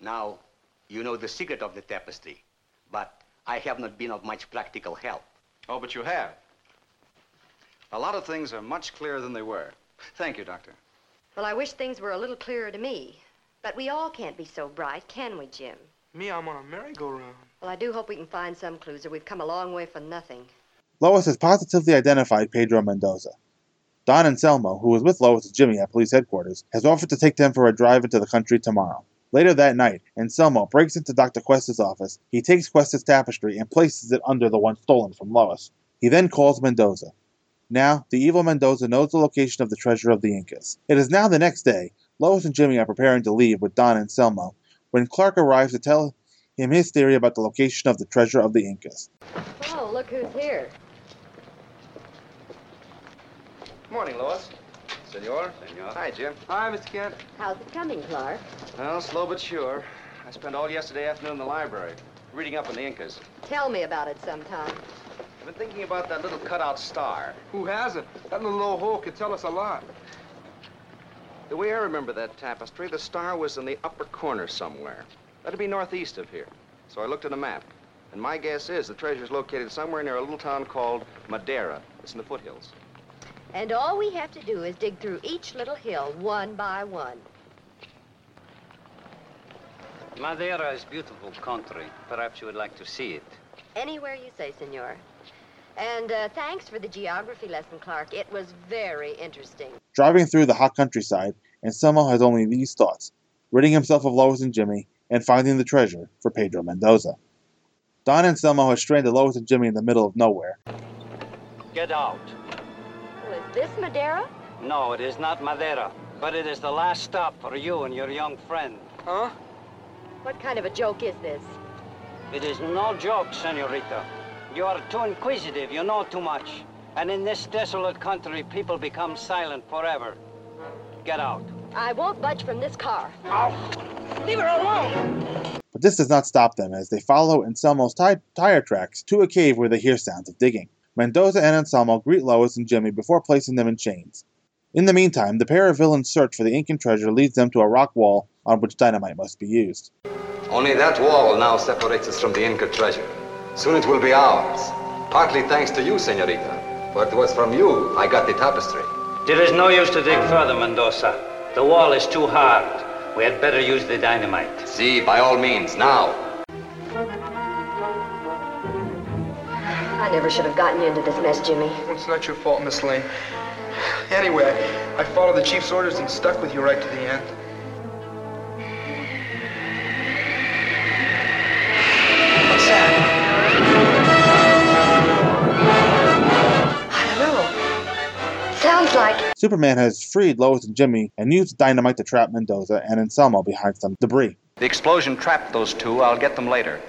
R: Now, you know the secret of the tapestry, but I have not been of much practical help.
J: Oh, but you have. A lot of things are much clearer than they were. Thank you, Doctor.
M: Well, I wish things were a little clearer to me. But we all can't be so bright, can we, Jim?
O: Me, I'm on a merry-go-round.
M: Well, I do hope we can find some clues, or we've come a long way for nothing.
B: Lois has positively identified Pedro Mendoza. Don Anselmo, who was with Lois and Jimmy at police headquarters, has offered to take them for a drive into the country tomorrow. Later that night, Anselmo breaks into Dr. Questa's office. He takes Questa's tapestry and places it under the one stolen from Lois. He then calls Mendoza. Now, the evil Mendoza knows the location of the treasure of the Incas. It is now the next day. Lois and Jimmy are preparing to leave with Don Anselmo when Clark arrives to tell him his theory about the location of the treasure of the Incas.
M: Oh, look who's here.
J: Morning, Lois. Senor.
H: Senor.
J: Hi, Jim. Hi, Mr. Kent.
M: How's it coming, Clark?
J: Well, slow but sure. I spent all yesterday afternoon in the library, reading up on the Incas.
M: Tell me about it sometime.
J: I've been thinking about that little cutout star.
O: Who hasn't? That little old hole could tell us a lot.
J: The way I remember that tapestry, the star was in the upper corner somewhere. That'd be northeast of here. So I looked at a map, and my guess is the treasure's located somewhere near a little town called Madeira. It's in the foothills.
M: And all we have to do is dig through each little hill one by one.
Q: Madeira is beautiful country. Perhaps you would like to see it.
M: Anywhere you say, Senor. And uh, thanks for the geography lesson, Clark. It was very interesting.
B: Driving through the hot countryside, Anselmo has only these thoughts ridding himself of Lois and Jimmy and finding the treasure for Pedro Mendoza. Don Anselmo has stranded Lois and Jimmy in the middle of nowhere.
Q: Get out.
M: Well, is this Madeira?
Q: No, it is not Madeira, but it is the last stop for you and your young friend.
O: Huh?
M: What kind of a joke is this?
Q: It is no joke, senorita. You are too inquisitive. You know too much. And in this desolate country, people become silent forever. Get out.
M: I won't budge from this car.
Q: Leave her alone!
B: But this does not stop them as they follow Anselmo's ti- tire tracks to a cave where they hear sounds of digging. Mendoza and Anselmo greet Lois and Jimmy before placing them in chains. In the meantime, the pair of villains' search for the Incan treasure leads them to a rock wall on which dynamite must be used.
N: Only that wall now separates us from the Inca treasure. Soon it will be ours. Partly thanks to you, senorita. For it was from you I got the tapestry.
Q: There is no use to dig further, Mendoza. The wall is too hard. We had better use the dynamite.
N: See, by all means, now.
M: I never should have gotten you into this mess, Jimmy.
O: It's not your fault, Miss Lane. Anyway, I I followed the chief's orders and stuck with you right to the end.
M: What's that? I don't know. Sounds like
B: Superman has freed Lois and Jimmy and used dynamite to trap Mendoza and Anselmo behind some debris.
P: The explosion trapped those two. I'll get them later.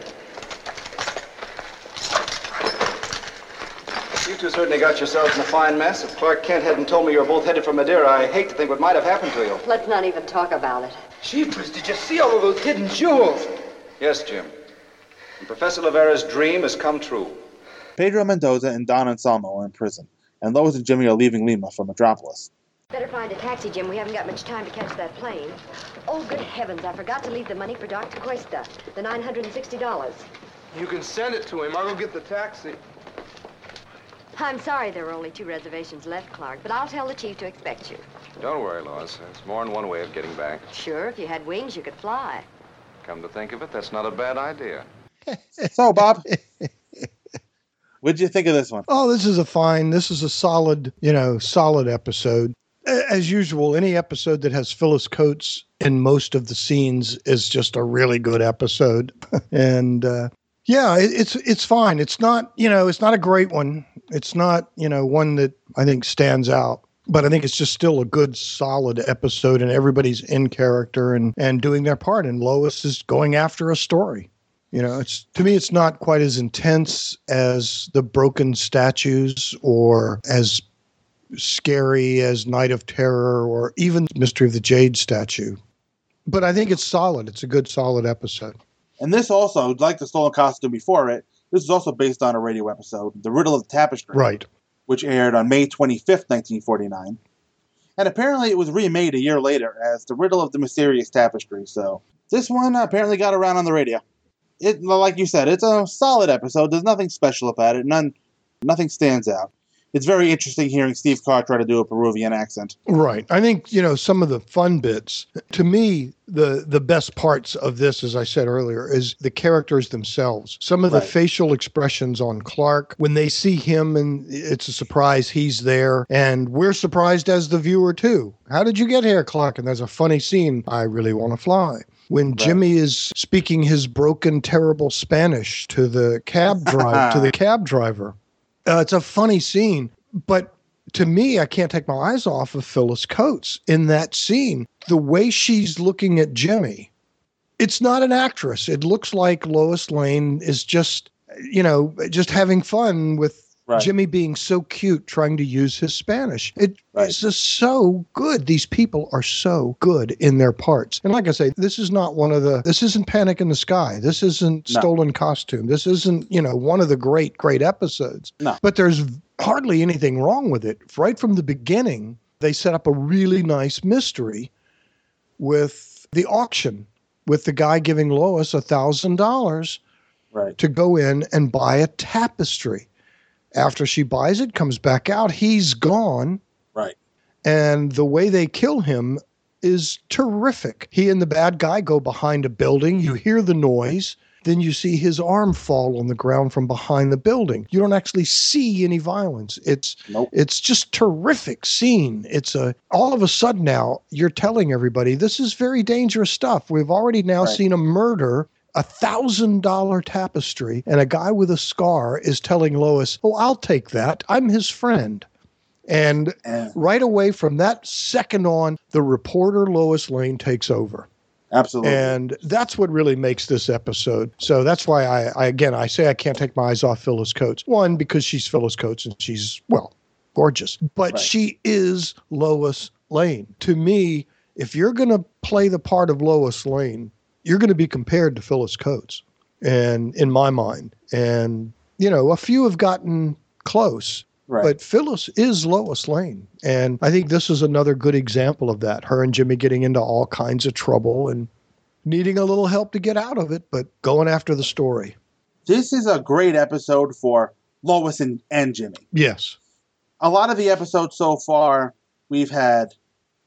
P: You two certainly got yourselves in a fine mess. If Clark Kent hadn't told me you were both headed for Madeira, I hate to think what might have happened to you.
M: let's not even talk about it.
P: Jeepers, did you see all of those hidden jewels? Yes, Jim. And Professor Lavera's dream has come true.
B: Pedro Mendoza and Don Anselmo are in prison, and Lois and Jimmy are leaving Lima for Metropolis.
M: Better find a taxi, Jim. We haven't got much time to catch that plane. Oh, good heavens, I forgot to leave the money for Dr. Cuesta, the $960.
O: You can send it to him. I'll go get the taxi.
M: I'm sorry there are only two reservations left, Clark, but I'll tell the chief to expect you.
J: Don't worry, Lois. It's more than one way of getting back.
M: Sure, if you had wings, you could fly.
J: Come to think of it, that's not a bad idea.
B: So, Bob, what'd you think of this one?
C: Oh, this is a fine. This is a solid, you know, solid episode. A- As usual, any episode that has Phyllis Coates in most of the scenes is just a really good episode. and uh, yeah, it, it's it's fine. It's not, you know, it's not a great one. It's not, you know, one that I think stands out. But I think it's just still a good, solid episode, and everybody's in character and and doing their part. And Lois is going after a story you know it's to me it's not quite as intense as the broken statues or as scary as night of terror or even mystery of the jade statue but i think it's solid it's a good solid episode
B: And this also, like the stolen costume before it, this is also based on a radio episode, The Riddle of the Tapestry,
C: right
B: which aired on May 25th, 1949. And apparently it was remade a year later as The Riddle of the Mysterious Tapestry, so this one apparently got around on the radio. It, like you said, it's a solid episode. There's nothing special about it. None, nothing stands out. It's very interesting hearing Steve Carr try to do a Peruvian accent.
C: Right. I think, you know, some of the fun bits. To me, the the best parts of this, as I said earlier, is the characters themselves. Some of the
B: Right.
C: facial expressions on Clark when they see him and it's a surprise he's there and we're surprised as the viewer too. How did you get here, Clark? And there's a funny scene. I really want to fly. When Jimmy is speaking his broken, terrible Spanish to the cab drive to the cab driver. Uh, it's a funny scene, but to me, I can't take my eyes off of Phyllis Coates in that scene. The way she's looking at Jimmy, it's not an actress. It looks like Lois Lane is just, you know, just having fun with
B: Right.
C: Jimmy being so cute, trying to use his Spanish. It is just so good. These people are so good in their parts. And like I say, this is not one of the, this isn't Panic in the Sky. This isn't
B: No.
C: Stolen Costume. This isn't, you know, one of the great, great episodes.
B: No.
C: But there's hardly anything wrong with it. Right from the beginning, they set up a really nice mystery with the auction, with the guy giving Lois a thousand dollars
B: Right.
C: to go in and buy a tapestry. After she buys it, comes back out, he's gone.
B: Right.
C: And the way they kill him is terrific. He and the bad guy go behind a building, you hear the noise, then you see his arm fall on the ground from behind the building. You don't actually see any violence. It's
B: Nope.
C: it's just terrific scene. It's a all of a sudden now you're telling everybody this is very dangerous stuff. We've already now
B: Right.
C: seen a murder, a thousand dollar tapestry, and a guy with a scar is telling Lois, "Oh, I'll take that. I'm his friend." And right away from that second on, the reporter Lois Lane takes over.
B: Absolutely.
C: And that's what really makes this episode. So that's why I, I again I say I can't take my eyes off Phyllis Coates. One, because she's Phyllis Coates and she's well, gorgeous. But she is Lois Lane. To me, if you're gonna play the part of Lois Lane, you're gonna be compared to Phyllis Coates. And in my mind. And you know, a few have gotten close.
B: Right.
C: But Phyllis is Lois Lane. And I think this is another good example of that. Her and Jimmy getting into all kinds of trouble and needing a little help to get out of it, but going after the story.
B: This is a great episode for Lois and, and Jimmy.
C: Yes.
B: a lot of the episodes so far We've had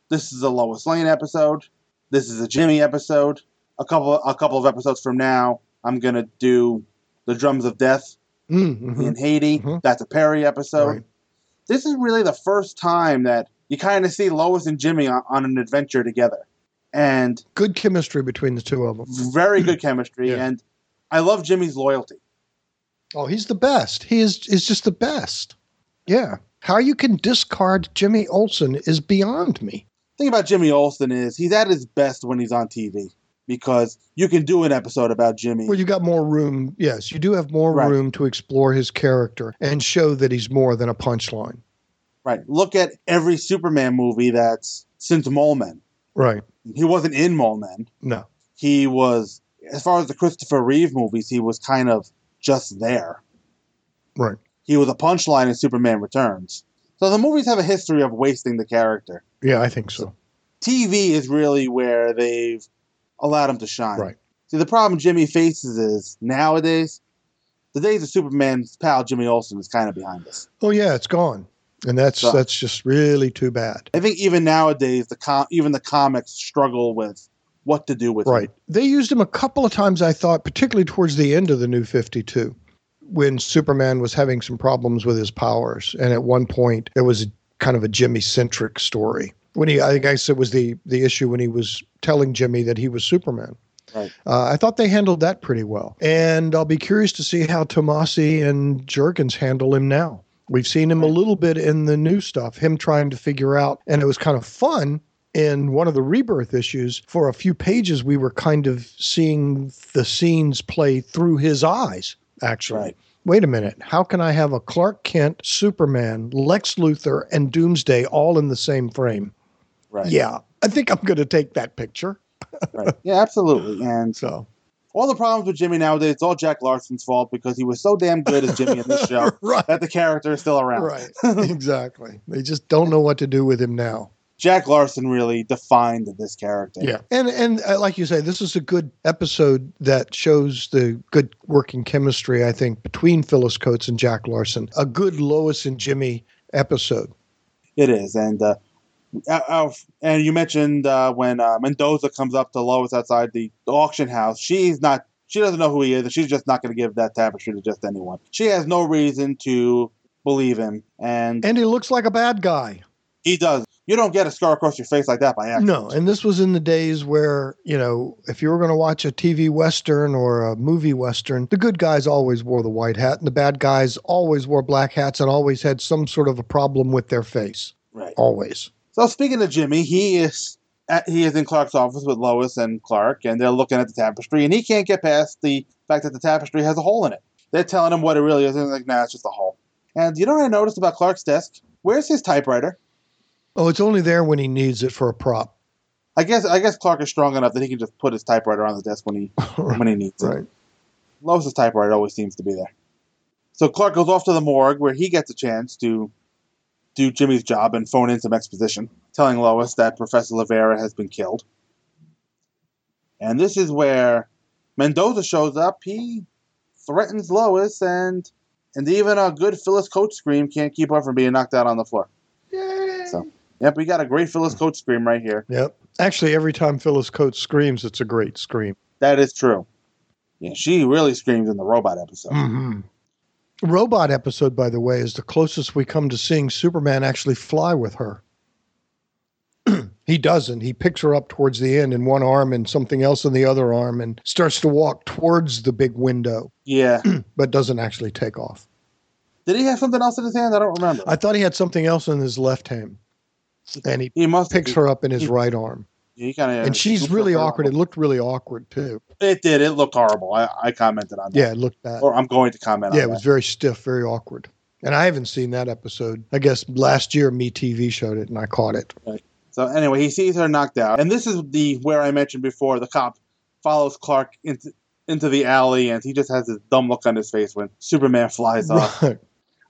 B: this is a Lois Lane episode. This is a Jimmy episode. A couple a couple of episodes from now, I'm gonna do the Drums of Death
C: Mm-hmm.
B: in Haiti. That's a Perry episode. This is really the first time that you kind of see Lois and Jimmy on, on an adventure together, and
C: good chemistry between the two of them.
B: Very good chemistry, and I love Jimmy's loyalty.
C: Oh, he's the best. He is is just the best. Yeah. How you can discard Jimmy Olsen is beyond me.
B: thing about Jimmy Olsen is he's at his best when he's on TV because you can do an episode about Jimmy.
C: Well, you got more room. Yes, you do have more
B: Right.
C: room to explore his character and show that he's more than a punchline.
B: Right. Look at every Superman movie that's since Mole Men.
C: Right.
B: He wasn't in Mole Men.
C: No.
B: He was, as far as the Christopher Reeve movies, he was kind of just there.
C: Right.
B: He was a punchline in Superman Returns. So the movies have a history of wasting the character.
C: Yeah, I think so.
B: TV is really where they've allowed him to shine.
C: Right.
B: See, the problem Jimmy faces is nowadays, the days of Superman's pal Jimmy Olsen is kind of behind us.
C: Oh yeah, it's gone. And that's
B: So-
C: that's just really too bad.
B: I think even nowadays, the com- even the comics struggle with what to do with him.
C: Right. They used him a couple of times I thought, particularly towards the end of the new 52 when Superman was having some problems with his powers and at one point it was kind of a Jimmy centric story. When he I think I said was the the issue when he was telling Jimmy that he was Superman.
B: Right.
C: Uh, I thought they handled that pretty well. And I'll be curious to see how Tomasi and Jurgens handle him now. We've seen him a little bit in the new stuff, him trying to figure out, and it was kind of fun in one of the rebirth issues. For a few pages, we were kind of seeing the scenes play through his eyes, actually. Wait a minute. How can I have a Clark Kent, Superman, Lex Luthor, and Doomsday all in the same frame?
B: Right.
C: Yeah. I think I'm going to take that picture.
B: right. Yeah, absolutely. And
C: so
B: all the problems with Jimmy nowadays, it's all Jack Larson's fault because he was so damn good as Jimmy in this show that the character is still around.
C: Right. exactly. They just don't know what to do with him now.
B: Jack Larson really defined this character.
C: Yeah. And and uh, like you say, this is a good episode that shows the good working chemistry I think between Phyllis Coates and Jack Larson. A good Lois and Jimmy episode.
B: It is. And uh, uh, uh, and you mentioned uh, when uh, Mendoza comes up to Lois outside the auction house, she's not. She doesn't know who he is, and she's just not going to give that tapestry to just anyone. She has no reason to believe him, and
C: and he looks like a bad guy.
B: He does. You don't get a scar across your face like that by accident.
C: No, and this was in the days where, you know, if you were going to watch a TV Western or a movie Western, the good guys always wore the white hat and the bad guys always wore black hats and always had some sort of a problem with their face.
B: Right.
C: Always.
B: So speaking of Jimmy, he is at, he is in Clark's office with Lois and Clark, and they're looking at the tapestry, and he can't get past the fact that the tapestry has a hole in it. They're telling him what it really is, and he's like, "Nah, it's just a hole." And you know what I noticed about Clark's desk? Where's his typewriter?
C: Oh, it's only there when he needs it for a prop.
B: I guess I guess Clark is strong enough that he can just put his typewriter on the desk when he when he needs it.
C: Right.
B: Lois's typewriter always seems to be there. So Clark goes off to the morgue where he gets a chance to do Jimmy's job and phone in some exposition, telling Lois that Professor Lavera has been killed. And this is where Mendoza shows up. He threatens Lois, and and even a good Phyllis Coates scream can't keep her from being knocked out on the floor. So, yep, we got a great Phyllis Coates scream right here.
C: Yep. Actually, every time Phyllis Coates screams, it's a great scream.
B: That is true. Yeah, she really screams in the robot episode.
C: hmm Robot episode, by the way, is the closest we come to seeing Superman actually fly with her. he doesn't. He picks her up towards the end in one arm and something else in the other arm and starts to walk towards the big window,
B: Yeah.
C: but doesn't actually take off.
B: Did he have something else in his hand? I don't remember.
C: I thought he had something else in his left hand, and he,
B: he must
C: picks her up in his right arm.
B: He kind of
C: and she's really awkward. It looked really awkward, too.
B: It did. It looked horrible. I, I commented on that.
C: Yeah, it looked bad.
B: Or I'm going to comment
C: Yeah,
B: on
C: it was
B: that.
C: very stiff, very awkward. And I haven't seen that episode. I guess last year me TV showed it and I caught it.
B: So anyway, he sees her knocked out, and this is the where I mentioned before. The cop follows Clark into into the alley, and he just has this dumb look on his face when Superman flies off.
C: Right.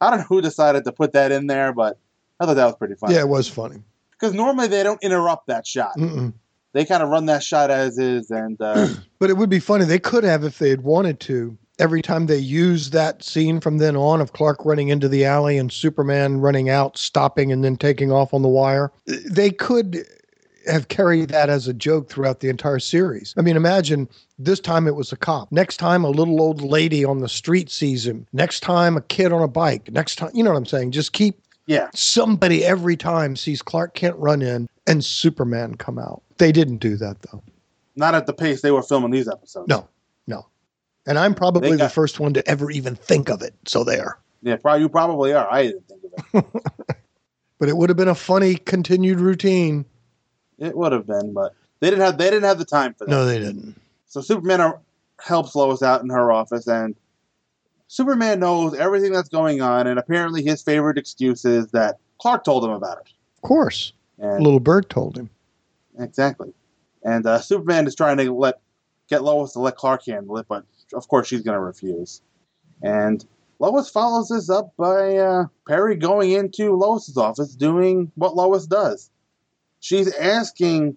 B: I don't know who decided to put that in there, but I thought that was pretty funny.
C: Yeah, Mm. it was funny.
B: because normally they don't interrupt that shot.
C: Mm-mm.
B: They kind of run that shot as is, and uh,
C: But it would be funny. They could have if they had wanted to. every time they use that scene from then on of Clark running into the alley and Superman running out, stopping, and then taking off on the wire, they could have carried that as a joke throughout the entire series. I mean, imagine this time it was a cop. Next time, a little old lady on the street sees him. Next time, a kid on a bike. Next time, you know what I'm saying? Just keep.
B: Yeah.
C: Somebody every time sees Clark Kent run in and Superman come out. They didn't do that, though.
B: Not at the pace they were filming these episodes.
C: No, no. And I'm probably
B: They
C: the
B: got-
C: first one to ever even think of it. So there.
B: Yeah, probably you probably are. I didn't think of
C: But it would have been a funny continued routine.
B: it. It would have been, but they didn't have they didn't have the time for that.
C: No, they didn't.
B: So Superman ar- helps Lois out in her office, and Superman knows everything that's going on, and apparently his favorite excuse is that Clark told him about it.
C: Of course.
B: And
C: Little Bird told him.
B: Exactly. And uh, Superman is trying to let get Lois to let Clark handle it, but of course she's going to refuse. And Lois follows this up by uh, Perry going into Lois's office doing what Lois does. She's asking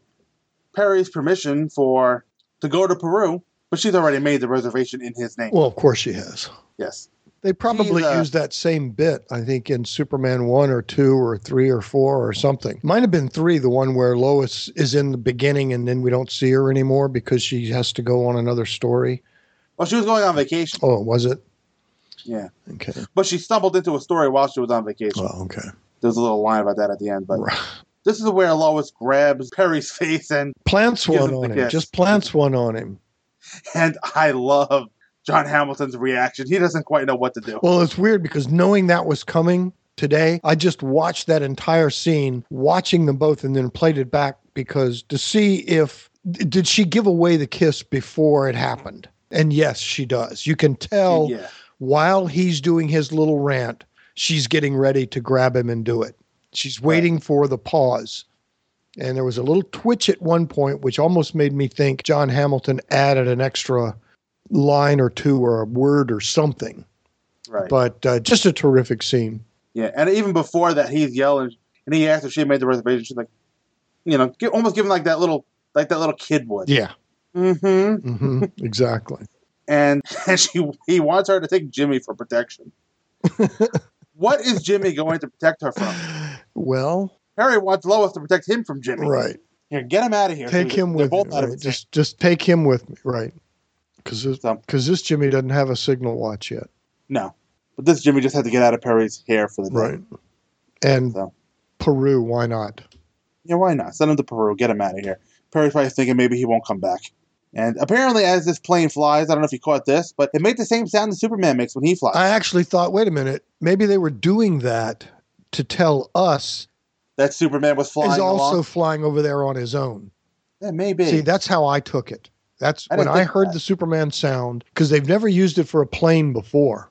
B: Perry's permission for to go to Peru, but she's already made the reservation in his name.
C: Well, of course she has.
B: Yes.
C: They probably
B: She's, uh,
C: used that same bit, I think, in Superman 1 or 2 or 3 or 4 or something. Might have been 3, the one where Lois is in the beginning and then we don't see her anymore because she has to go on another story.
B: Well, she was going on vacation.
C: Oh, was it?
B: Yeah.
C: Okay.
B: But she stumbled into a story while she was on vacation.
C: Oh, okay.
B: There's a little line about that at the end, but this is where Lois grabs Perry's face and
C: Plants
B: gives
C: one
B: him the
C: on him.
B: kiss.
C: Just plants one on him.
B: and I love John Hamilton's reaction. He doesn't quite know what to do.
C: Well, it's weird because knowing that was coming today, I just watched that entire scene, watching them both, and then played it back because to see if d- did she give away the kiss before it happened. And yes, she does. You can tell
B: Yeah.
C: while he's doing his little rant, she's getting ready to grab him and do it. She's waiting for the pause. And there was a little twitch at one point, which almost made me think John Hamilton added an extra line or two or a word or something
B: right.
C: but uh, just a terrific scene.
B: yeah, and even before that, he's yelling, and he asked if she made the reservation. She's like, you know, gi- almost giving like that little, like that little kid would.
C: Yeah.
B: Mm-hmm.
C: hmm Exactly.
B: And, and she, he wants her to take Jimmy for protection. what is Jimmy going to protect her from?
C: Well,
B: Harry wants Lois to protect him from Jimmy.
C: right.
B: Here, get him out of here.
C: Take
B: They're
C: him with me.
B: both out of
C: right?
B: it.
C: Just just take him with me. Right. Because because this Jimmy doesn't have a signal watch yet.
B: No, but this Jimmy just had to get out of Perry's hair for the day.
C: Right. And
B: So.
C: Peru, why not?
B: Yeah, why not? Send him to Peru. Get him out of here. Perry's probably thinking maybe he won't come back. And apparently, as this plane flies, I don't know if you caught this, but it made the same sound that Superman makes when he flies.
C: I actually thought, wait a minute, maybe they were doing that to tell us
B: that Superman was flying
C: he's also
B: along.
C: flying over there on his own.
B: Yeah, maybe.
C: See, that's how I took it. That's
B: I
C: when
B: didn't
C: I
B: think of
C: heard
B: that.
C: the Superman sound because they've never used it for a plane before.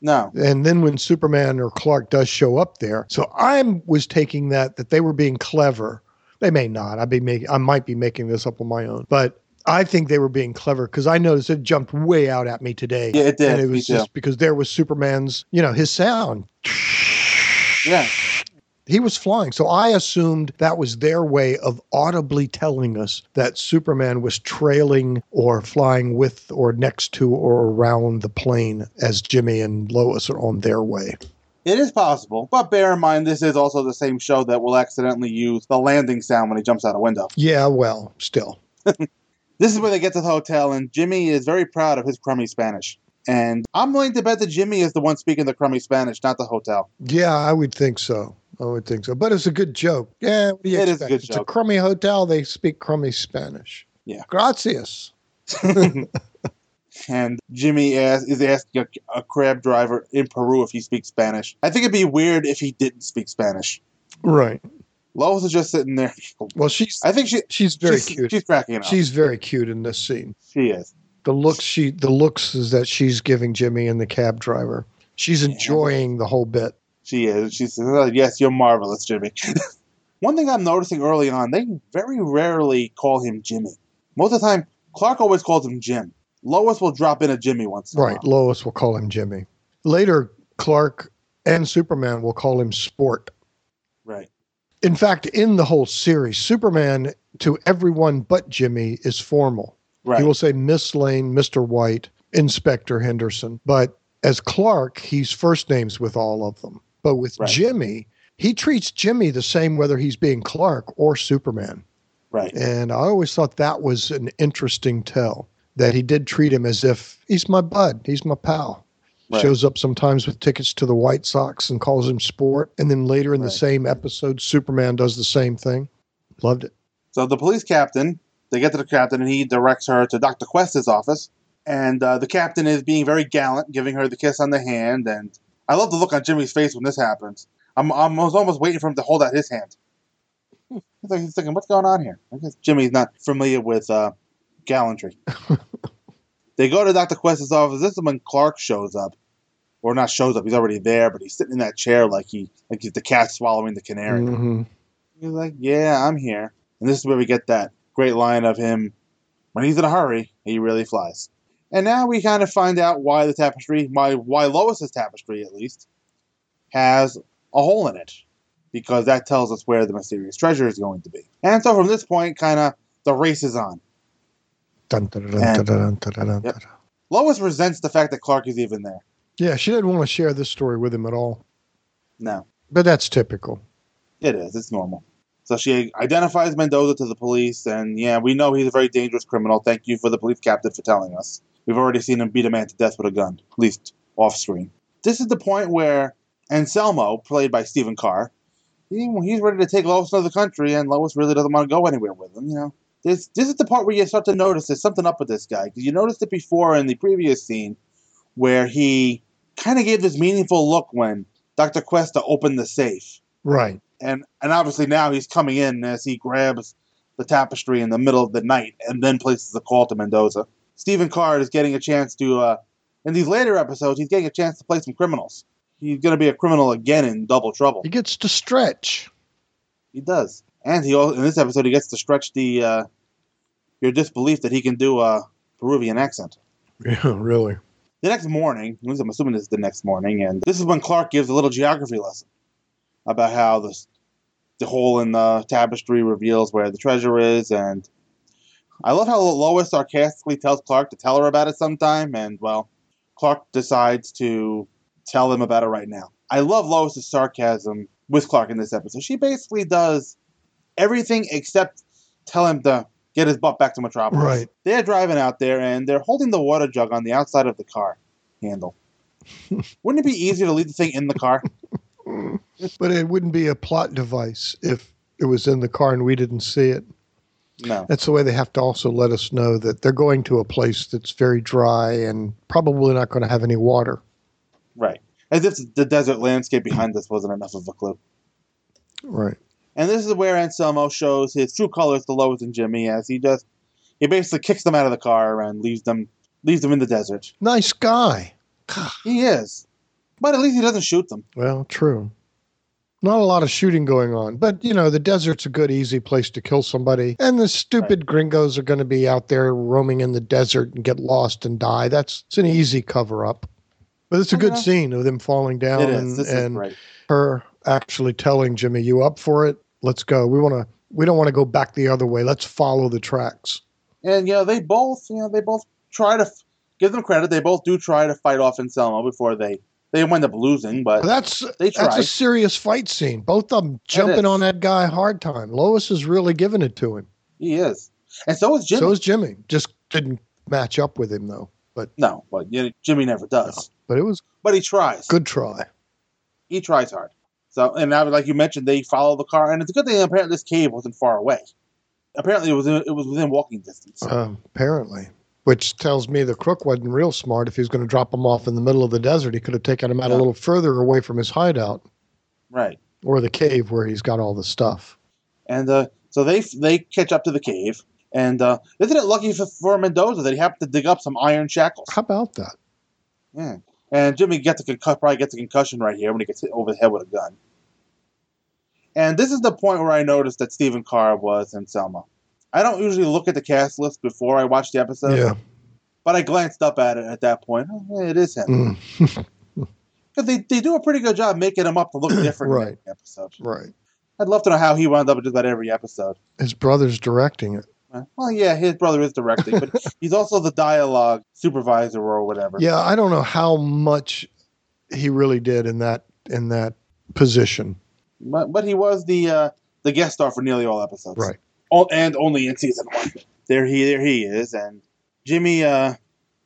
B: no,
C: and then when superman or clark does show up there so i was taking that that they were being clever they may not i'd be making i might be making this up on my own but i think they were being clever because i noticed it jumped way out at me today
B: Yeah, it did.
C: and it
B: Me
C: was
B: too.
C: just because there was superman's you know his sound
B: yeah,
C: he was flying so i assumed that was their way of audibly telling us that superman was trailing or flying with or next to or around the plane as jimmy and lois are on their way
B: it is possible. But bear in mind, this is also the same show that will accidentally use the landing sound when he jumps out a window.
C: Yeah, well, still.
B: This is where they get to the hotel, and Jimmy is very proud of his crummy Spanish. And I'm willing to bet that Jimmy is the one speaking the crummy Spanish, not the hotel.
C: Yeah, I would think so. I would think so. But it's a good joke. Yeah, what do you
B: It is a
C: expect?
B: good
C: it's a
B: joke.
C: crummy hotel. They speak crummy Spanish.
B: Yeah.
C: Gracias.
B: and Jimmy as, is asking a, a crab driver in Peru if he speaks Spanish. I think it'd be weird if he didn't speak Spanish.
C: Right.
B: Lois is just sitting there.
C: Well, she's.
B: I think she.
C: She's very
B: she's-
C: cute.
B: She's cracking up.
C: She's very cute in this scene.
B: she is.
C: The looks she the looks is that she's giving Jimmy and the cab driver. She's enjoying the whole bit.
B: She is. She says, "Oh, "Yes, you're marvelous, Jimmy." One thing I'm noticing early on, they very rarely call him Jimmy. Most of the time, Clark always calls him Jim. Lois will drop in a Jimmy once in a
C: Right. Lois will call him Jimmy. Later, Clark and Superman will call him Sport.
B: while. Right.
C: In fact, in the whole series, Superman to everyone but Jimmy is formal.
B: Right.
C: He will say Miss Lane, Mr. White. Inspector Henderson. But as Clark, he's first names with all of them. But with Jimmy, he treats Jimmy the same whether he's being Clark or Superman.
B: Right.
C: And I always thought that was an interesting tell that he did treat him as if he's my bud, he's my pal.
B: Right.
C: Shows up sometimes with tickets to the White Sox and calls him sport. And then later in the
B: Right.
C: same episode, Superman does the same thing. Loved it.
B: So the police captain, they get to the captain, and he directs her to Dr. Quest's office. And uh, the captain is being very gallant, giving her the kiss on the hand. And I love the look on Jimmy's face when this happens. I'm, I'm I was almost waiting for him to hold out his hand. He's like- he's thinking, what's going on here? I guess Jimmy's not familiar with uh, gallantry. they go to Dr. Quest's office. This is when Clark shows up. Or not shows up, he's already there, but he's sitting in that chair like he like he's the cat swallowing the canary.
C: Mhm.
B: He's like, "Yeah, I'm here," and this is where we get that great line of him. When he's in a hurry, he really flies. And now we kind of find out why the tapestry, why why Lois's tapestry at least, has a hole in it, because that tells us where the mysterious treasure is going to be. And so from this point, kind of the race is on.
C: Dun, dun, dun, dun, dun, dun, dun, dun.
B: Yep. Lois resents the fact that Clark is even there.
C: Yeah, she didn't want to share this story with him at all.
B: No,
C: But that's typical.
B: it is. It's normal. So she identifies Mendoza to the police, and yeah, we know he's a very dangerous criminal. Thank you for the police captain for telling us. We've already seen him beat a man to death with a gun, at least off screen. This is the point where Anselmo, played by Stephen Carr, he, he's ready to take Lois to the country, and Lois really doesn't want to go anywhere with him. You know, this this is the part where you start to notice there's something up with this guy because you noticed it before in the previous scene where he kind of gave this meaningful look when Doctor Questa opened the safe
C: Right.
B: and and obviously now he's coming in as he grabs the tapestry in the middle of the night and then places a call to Mendoza. Stephen Card is getting a chance to, uh, in these later episodes, he's getting a chance to play some criminals. He's going to be a criminal again in Double Trouble. He
C: gets to stretch.
B: He does, and he also, in this episode he gets to stretch the uh, your disbelief that he can do a Peruvian accent.
C: Yeah, really.
B: The next morning, at least I'm assuming this is the next morning, and this is when Clark gives a little geography lesson about how the the hole in the tapestry reveals where the treasure is, and I love how Lois sarcastically tells Clark to tell her about it sometime, and well, Clark decides to tell him about it right now. I love Lois's sarcasm with Clark in this episode. She basically does everything except tell him to get his butt back to Metropolis.
C: Right.
B: They're driving out there and they're holding the water jug on the outside of the car handle. Wouldn't it be easier to leave the thing in the car?
C: But it wouldn't be a plot device if it was in the car and we didn't see it.
B: No.
C: That's the way they have to also let us know that they're going to a place that's very dry and probably not going to have any water.
B: Right. As if the desert landscape behind us wasn't enough of a clue.
C: Right.
B: And this is where Anselmo shows his true colors to Lois and Jimmy as he just he basically kicks them out of the car and leaves them leaves them in the desert.
C: Nice guy.
B: He is. But at least he doesn't shoot them.
C: Well, true. Not a lot of shooting going on, but you know, the desert's a good, easy place to kill somebody. And the stupid gringos are going to be out there roaming in the desert and get lost and die. That's it's an easy cover up. But it's a good
B: Okay.
C: scene of them falling down
B: Oh, It is.
C: and,
B: This is
C: and
B: great.
C: her actually telling Jimmy, "You up for it? Let's go. We want to. We don't want to go back the other way. Let's follow the tracks."
B: And you know, they both you know, they both try to f- give them credit, they both do try to fight off Anselmo before they they wind up losing, but
C: that's
B: they try.
C: That's a serious fight scene. Both of them jumping
B: is.
C: on that guy hard time. Lois is really giving it to him.
B: He is. And so is Jimmy.
C: So is Jimmy. Just didn't match up with him though. But
B: no, but you know, Jimmy never does.
C: But it was
B: But he tries.
C: good try.
B: He tries hard. So and now like you mentioned, they follow the car and it's a good thing apparently this cave wasn't far away. Apparently it was in, it was within walking distance.
C: Um, apparently. Which tells me the crook wasn't real smart. If he was going to drop him off in the middle of the desert, he could have taken him out a little further away from his hideout
B: Right.
C: or the cave where he's got all the stuff.
B: And uh, so they they catch up to the cave. And uh, isn't it lucky for, for Mendoza that he happened to dig up some iron shackles?
C: How about that?
B: Yeah. And Jimmy gets a concu- probably gets a concussion right here when he gets hit over the head with a gun. And this is the point where I noticed that Stephen Carr was in Selma. I don't usually look at the cast list before I watch the episode.
C: Yeah.
B: But I glanced up at it at that point. Oh, yeah, it is him.
C: Mm.
B: Because they, they do a pretty good job making him up to look different in
C: Right.
B: every episode.
C: Right.
B: I'd love to know how he wound up in just about every episode.
C: His brother's directing it.
B: Well, yeah, his brother is directing, but he's also the dialogue supervisor or whatever.
C: Yeah, I don't know how much he really did in that in that position.
B: But, but he was the uh, the guest star for nearly all episodes,
C: Right.
B: All, and only in season one. There he there he is, and Jimmy uh,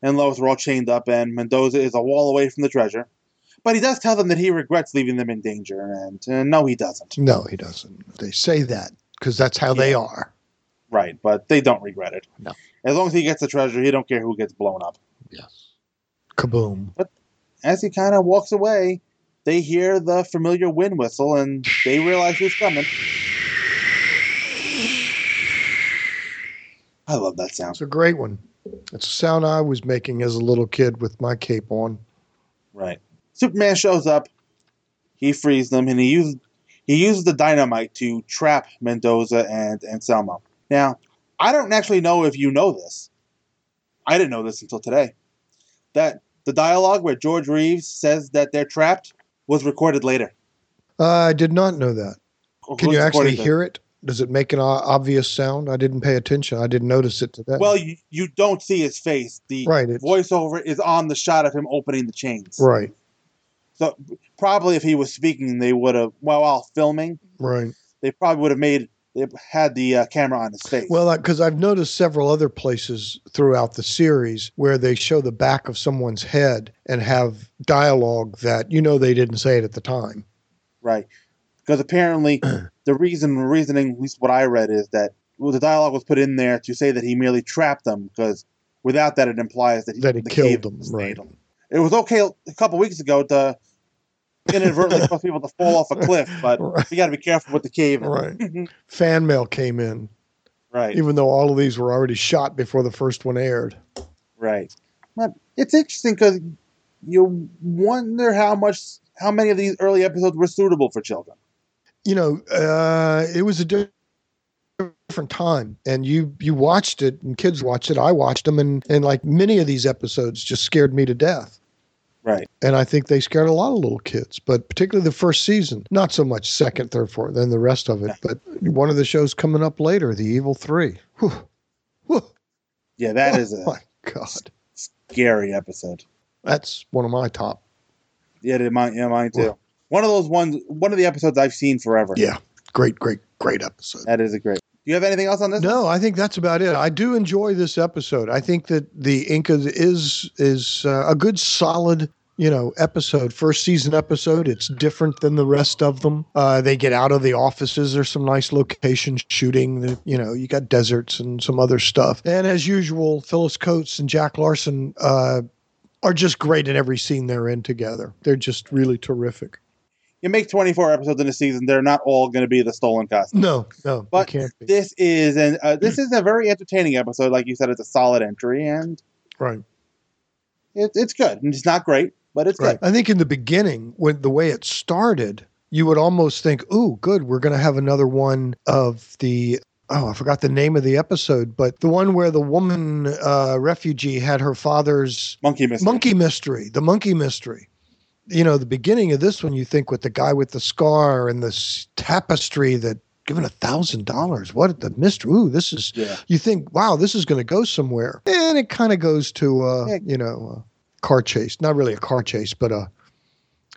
B: and Lois are all chained up, and Mendoza is a wall away from the treasure. But he does tell them that he regrets leaving them in danger, and uh, no, he doesn't.
C: No, he doesn't. They say that because that's how they are.
B: Right, but they don't regret it.
C: No.
B: As long as he gets the treasure, he don't care who gets blown up.
C: Kaboom.
B: As he kind of walks away, they hear the familiar wind whistle and they realize he's coming. I love that sound.
C: It's a great one. It's a sound I was making as a little kid with my cape on.
B: Right. Superman shows up. He frees them, and he uses he uses the dynamite to trap Mendoza and Anselmo. Now, I don't actually know if you know this. I didn't know this until today. That the dialogue where George Reeves says that they're trapped was recorded later.
C: Uh, I did not know that. Can
B: Who's
C: you actually
B: recording that?
C: hear it? Does it make an o- obvious sound? I didn't pay attention. I didn't notice it today.
B: Well, you, you don't see his face. The
C: Right, it's-
B: voiceover is on the shot of him opening the chains.
C: right,
B: So probably if he was speaking, they would have. Well, while filming,
C: right.
B: they probably would have made they had the uh, camera on his face.
C: Well, because I've noticed several other places throughout the series where they show the back of someone's head and have dialogue that you know they didn't say it at the time.
B: Right. Because apparently the reason reasoning, at least what I read, is that well, the dialogue was put in there to say that he merely trapped them. Because without that, it implies that he,
C: That he
B: the
C: killed
B: cave
C: them,
B: stayed them. It was okay a couple weeks ago to inadvertently cause people to fall off a cliff, but we got to be careful with the cave.
C: Right. Fan mail came in,
B: right.
C: even though all of these were already shot before the first one aired.
B: Right. But it's interesting because you wonder how much, how many of these early episodes were suitable for children.
C: you know, uh, it was a di- different time, and you you watched it, and kids watched it. I watched them, and and like many of these episodes, just scared me to death.
B: Right.
C: And I think they scared a lot of little kids, but particularly the first season, not so much second, third, fourth, then the rest of it. But one of the shows coming up later, The Evil Three. Whew.
B: Yeah, that is
C: Oh my
B: a
C: God.
B: scary episode.
C: That's one of my top.
B: Yeah, they- mine, yeah, mine too. One of those ones, one of the episodes I've seen forever.
C: Yeah, great, great, great episode.
B: That is a great. Do you have anything else on this?
C: No, I think that's about it. I do enjoy this episode. I think that the Inca is is uh, a good solid you know episode first season episode it's different than the rest of them uh, they get out of the offices there's some nice locations shooting the, you know you got deserts and some other stuff and as usual phyllis coates and jack larson uh, are just great in every scene they're in together they're just really terrific
B: You make 24 episodes in a season, they're not all going to be the stolen costume.
C: no no
B: But this is an uh, this is a very entertaining episode. Like you said, it's a solid entry, and
C: right
B: it, it's good. And it's not great, but it's good.
C: I think in the beginning, when the way it started, you would almost think, "Ooh, good, we're going to have another one of the." Oh, I forgot the name of the episode, but the one where the woman uh, refugee had her father's
B: monkey mystery.
C: Monkey mystery. The monkey mystery. You know, the beginning of this one, you think with the guy with the scar and this tapestry that given a thousand dollars. What the mystery? Ooh, this is.
B: Yeah.
C: You think, wow, this is going to go somewhere, and it kind of goes to, uh, you know, a car chase. Not really a car chase, but a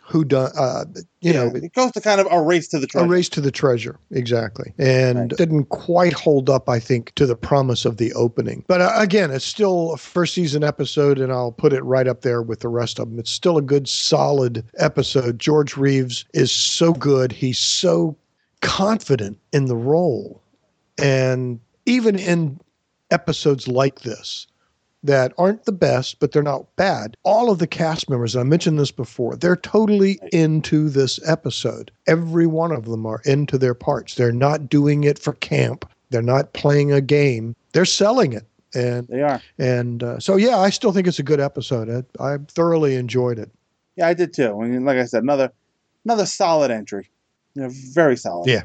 C: who done. Uh, you know,
B: It goes to kind of a race to the
C: a
B: treasure.
C: race to the treasure exactly and didn't quite hold up i think to the promise of the opening but uh, again it's still a first season episode and i'll put it right up there with the rest of them it's still a good solid episode george reeves is so good he's so confident in the role and even in episodes like this that aren't the best, but they're not bad. All of the cast members, and I mentioned this before, they're totally into this episode. Every one of them are into their parts. They're not doing it for camp. They're not playing a game. They're selling it, and
B: they are.
C: And uh, so, yeah, I still think it's a good episode. I, I thoroughly enjoyed it.
B: Yeah, I did too. And like I said, another another solid entry. You know, very solid.
C: Yeah.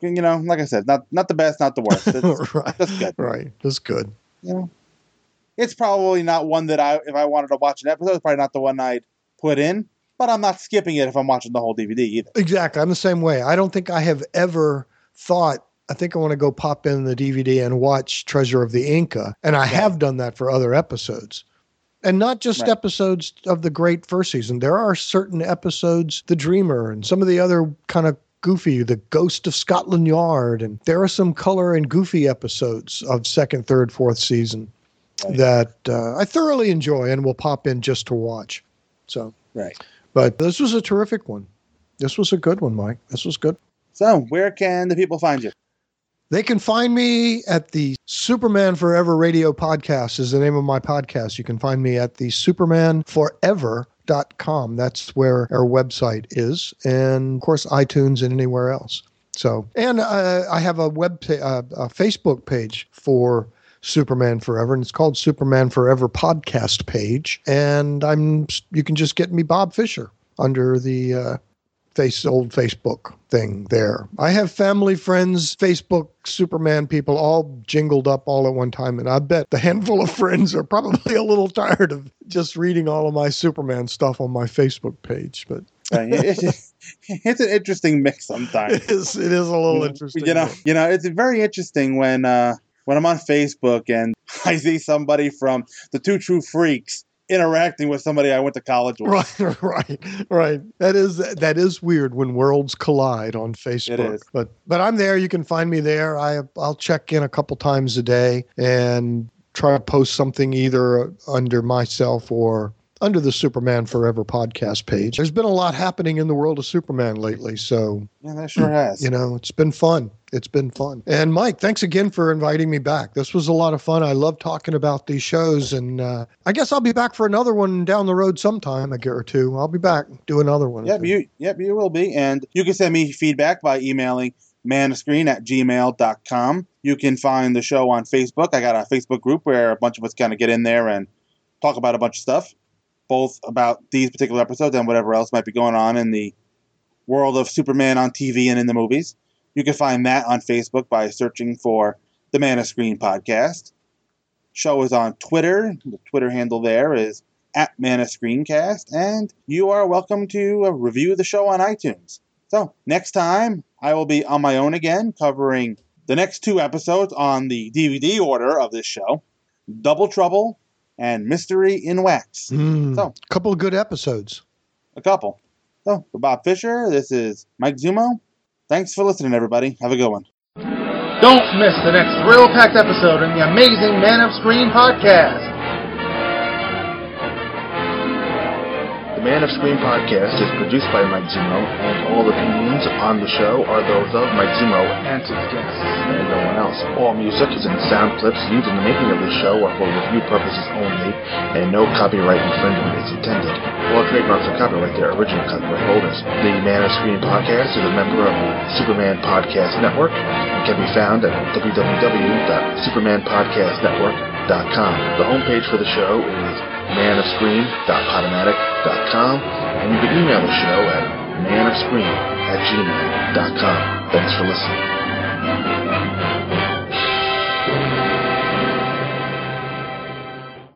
B: You know, like I said, not not the best, not the worst. It's,
C: right.
B: That's good.
C: Right, that's good.
B: You know, it's probably not one that I, if I wanted to watch an episode, it's probably not the one I'd put in. But I'm not skipping it if I'm watching the whole DVD either.
C: Exactly. I'm the same way. I don't think I have ever thought I think I want to go pop in the DVD and watch Treasure of the Inca. And I have done that for other episodes. And not just
S: Right.
C: episodes of the great first season. There are certain episodes, The Dreamer and some of the other kind of goofy, The Ghost of Scotland Yard. And there are some color and goofy episodes of second, third, fourth season that uh, I thoroughly enjoy and will pop in just to watch. So,
B: Right.
C: but this was a terrific one. This was a good one, Mike. This was good.
B: So, where can the people find you?
C: They can find me at the Superman Forever Radio Podcast is the name of my podcast. You can find me at the supermanforever.com. That's where our website is. And of course, iTunes and anywhere else. So, and uh, I have a web, pa- uh, a Facebook page for Superman Forever, and it's called Superman Forever Podcast Page. And I'm, you can just get me Bob Fisher under the uh, face old Facebook thing there. I have family, friends, Facebook, Superman people all jingled up all at one time, and I bet the handful of friends are probably a little tired of just reading all of my Superman stuff on my Facebook page. But
B: Right. It- it- it's an interesting mix sometimes.
C: It is. It is a little
B: You-
C: interesting
B: You know.
C: mix.
B: You know. It's very interesting when uh, when I'm on Facebook and I see somebody from the Two True Freaks interacting with somebody I went to college with.
C: right, right, right. That is that is weird when worlds collide on Facebook.
B: is.
C: But but I'm there. You can find me there. I I'll check in a couple times a day and try to post something either under myself or under the Superman Forever podcast page. There's been a lot happening in the world of Superman lately, so
B: Yeah, that sure has.
C: you know, it's been fun. It's been fun. And Mike, thanks again for inviting me back. This was a lot of fun. I love talking about these shows, and uh, I guess I'll be back for another one down the road sometime, a year or two. I'll be back do another one.
B: Yep, you yep, you will be. And you can send me feedback by emailing manascreen at gmail.com. You can find the show on Facebook. I got a Facebook group where a bunch of us kind of get in there and talk about a bunch of stuff, both about these particular episodes and whatever else might be going on in the world of Superman on TV and in the movies. You can find that on Facebook by searching for the Man of Screen podcast. Show is on Twitter. The Twitter handle there is at Man of Screencast, and you are welcome to uh, review the show on iTunes. So next time, I will be on my own again, covering the next two episodes on the DVD order of this show: Double Trouble and Mystery in Wax.
C: Mm,
B: So
C: couple of good episodes.
B: A couple. So for Bob Fisher, this is Mike Zumo. Thanks for listening, everybody. Have a good one.
T: Don't miss the next thrill-packed episode in the amazing Man of Screen podcast.
U: The Man of Screen podcast is produced by Mike Zumo, and all opinions on the show are those of Mike Zumo and his guests, and no one else. All music is in sound clips used in the making of the show are for review purposes only, and no copyright infringement is intended. All trademarks are copyright their original copyright holders. The Man of Screen podcast is a member of the Superman Podcast Network and can be found at www.supermanpodcastnetwork.com. The homepage for the show is manofscreen.podomatic.com, and you can email the show at manofscreen at gmail.com. Thanks for listening.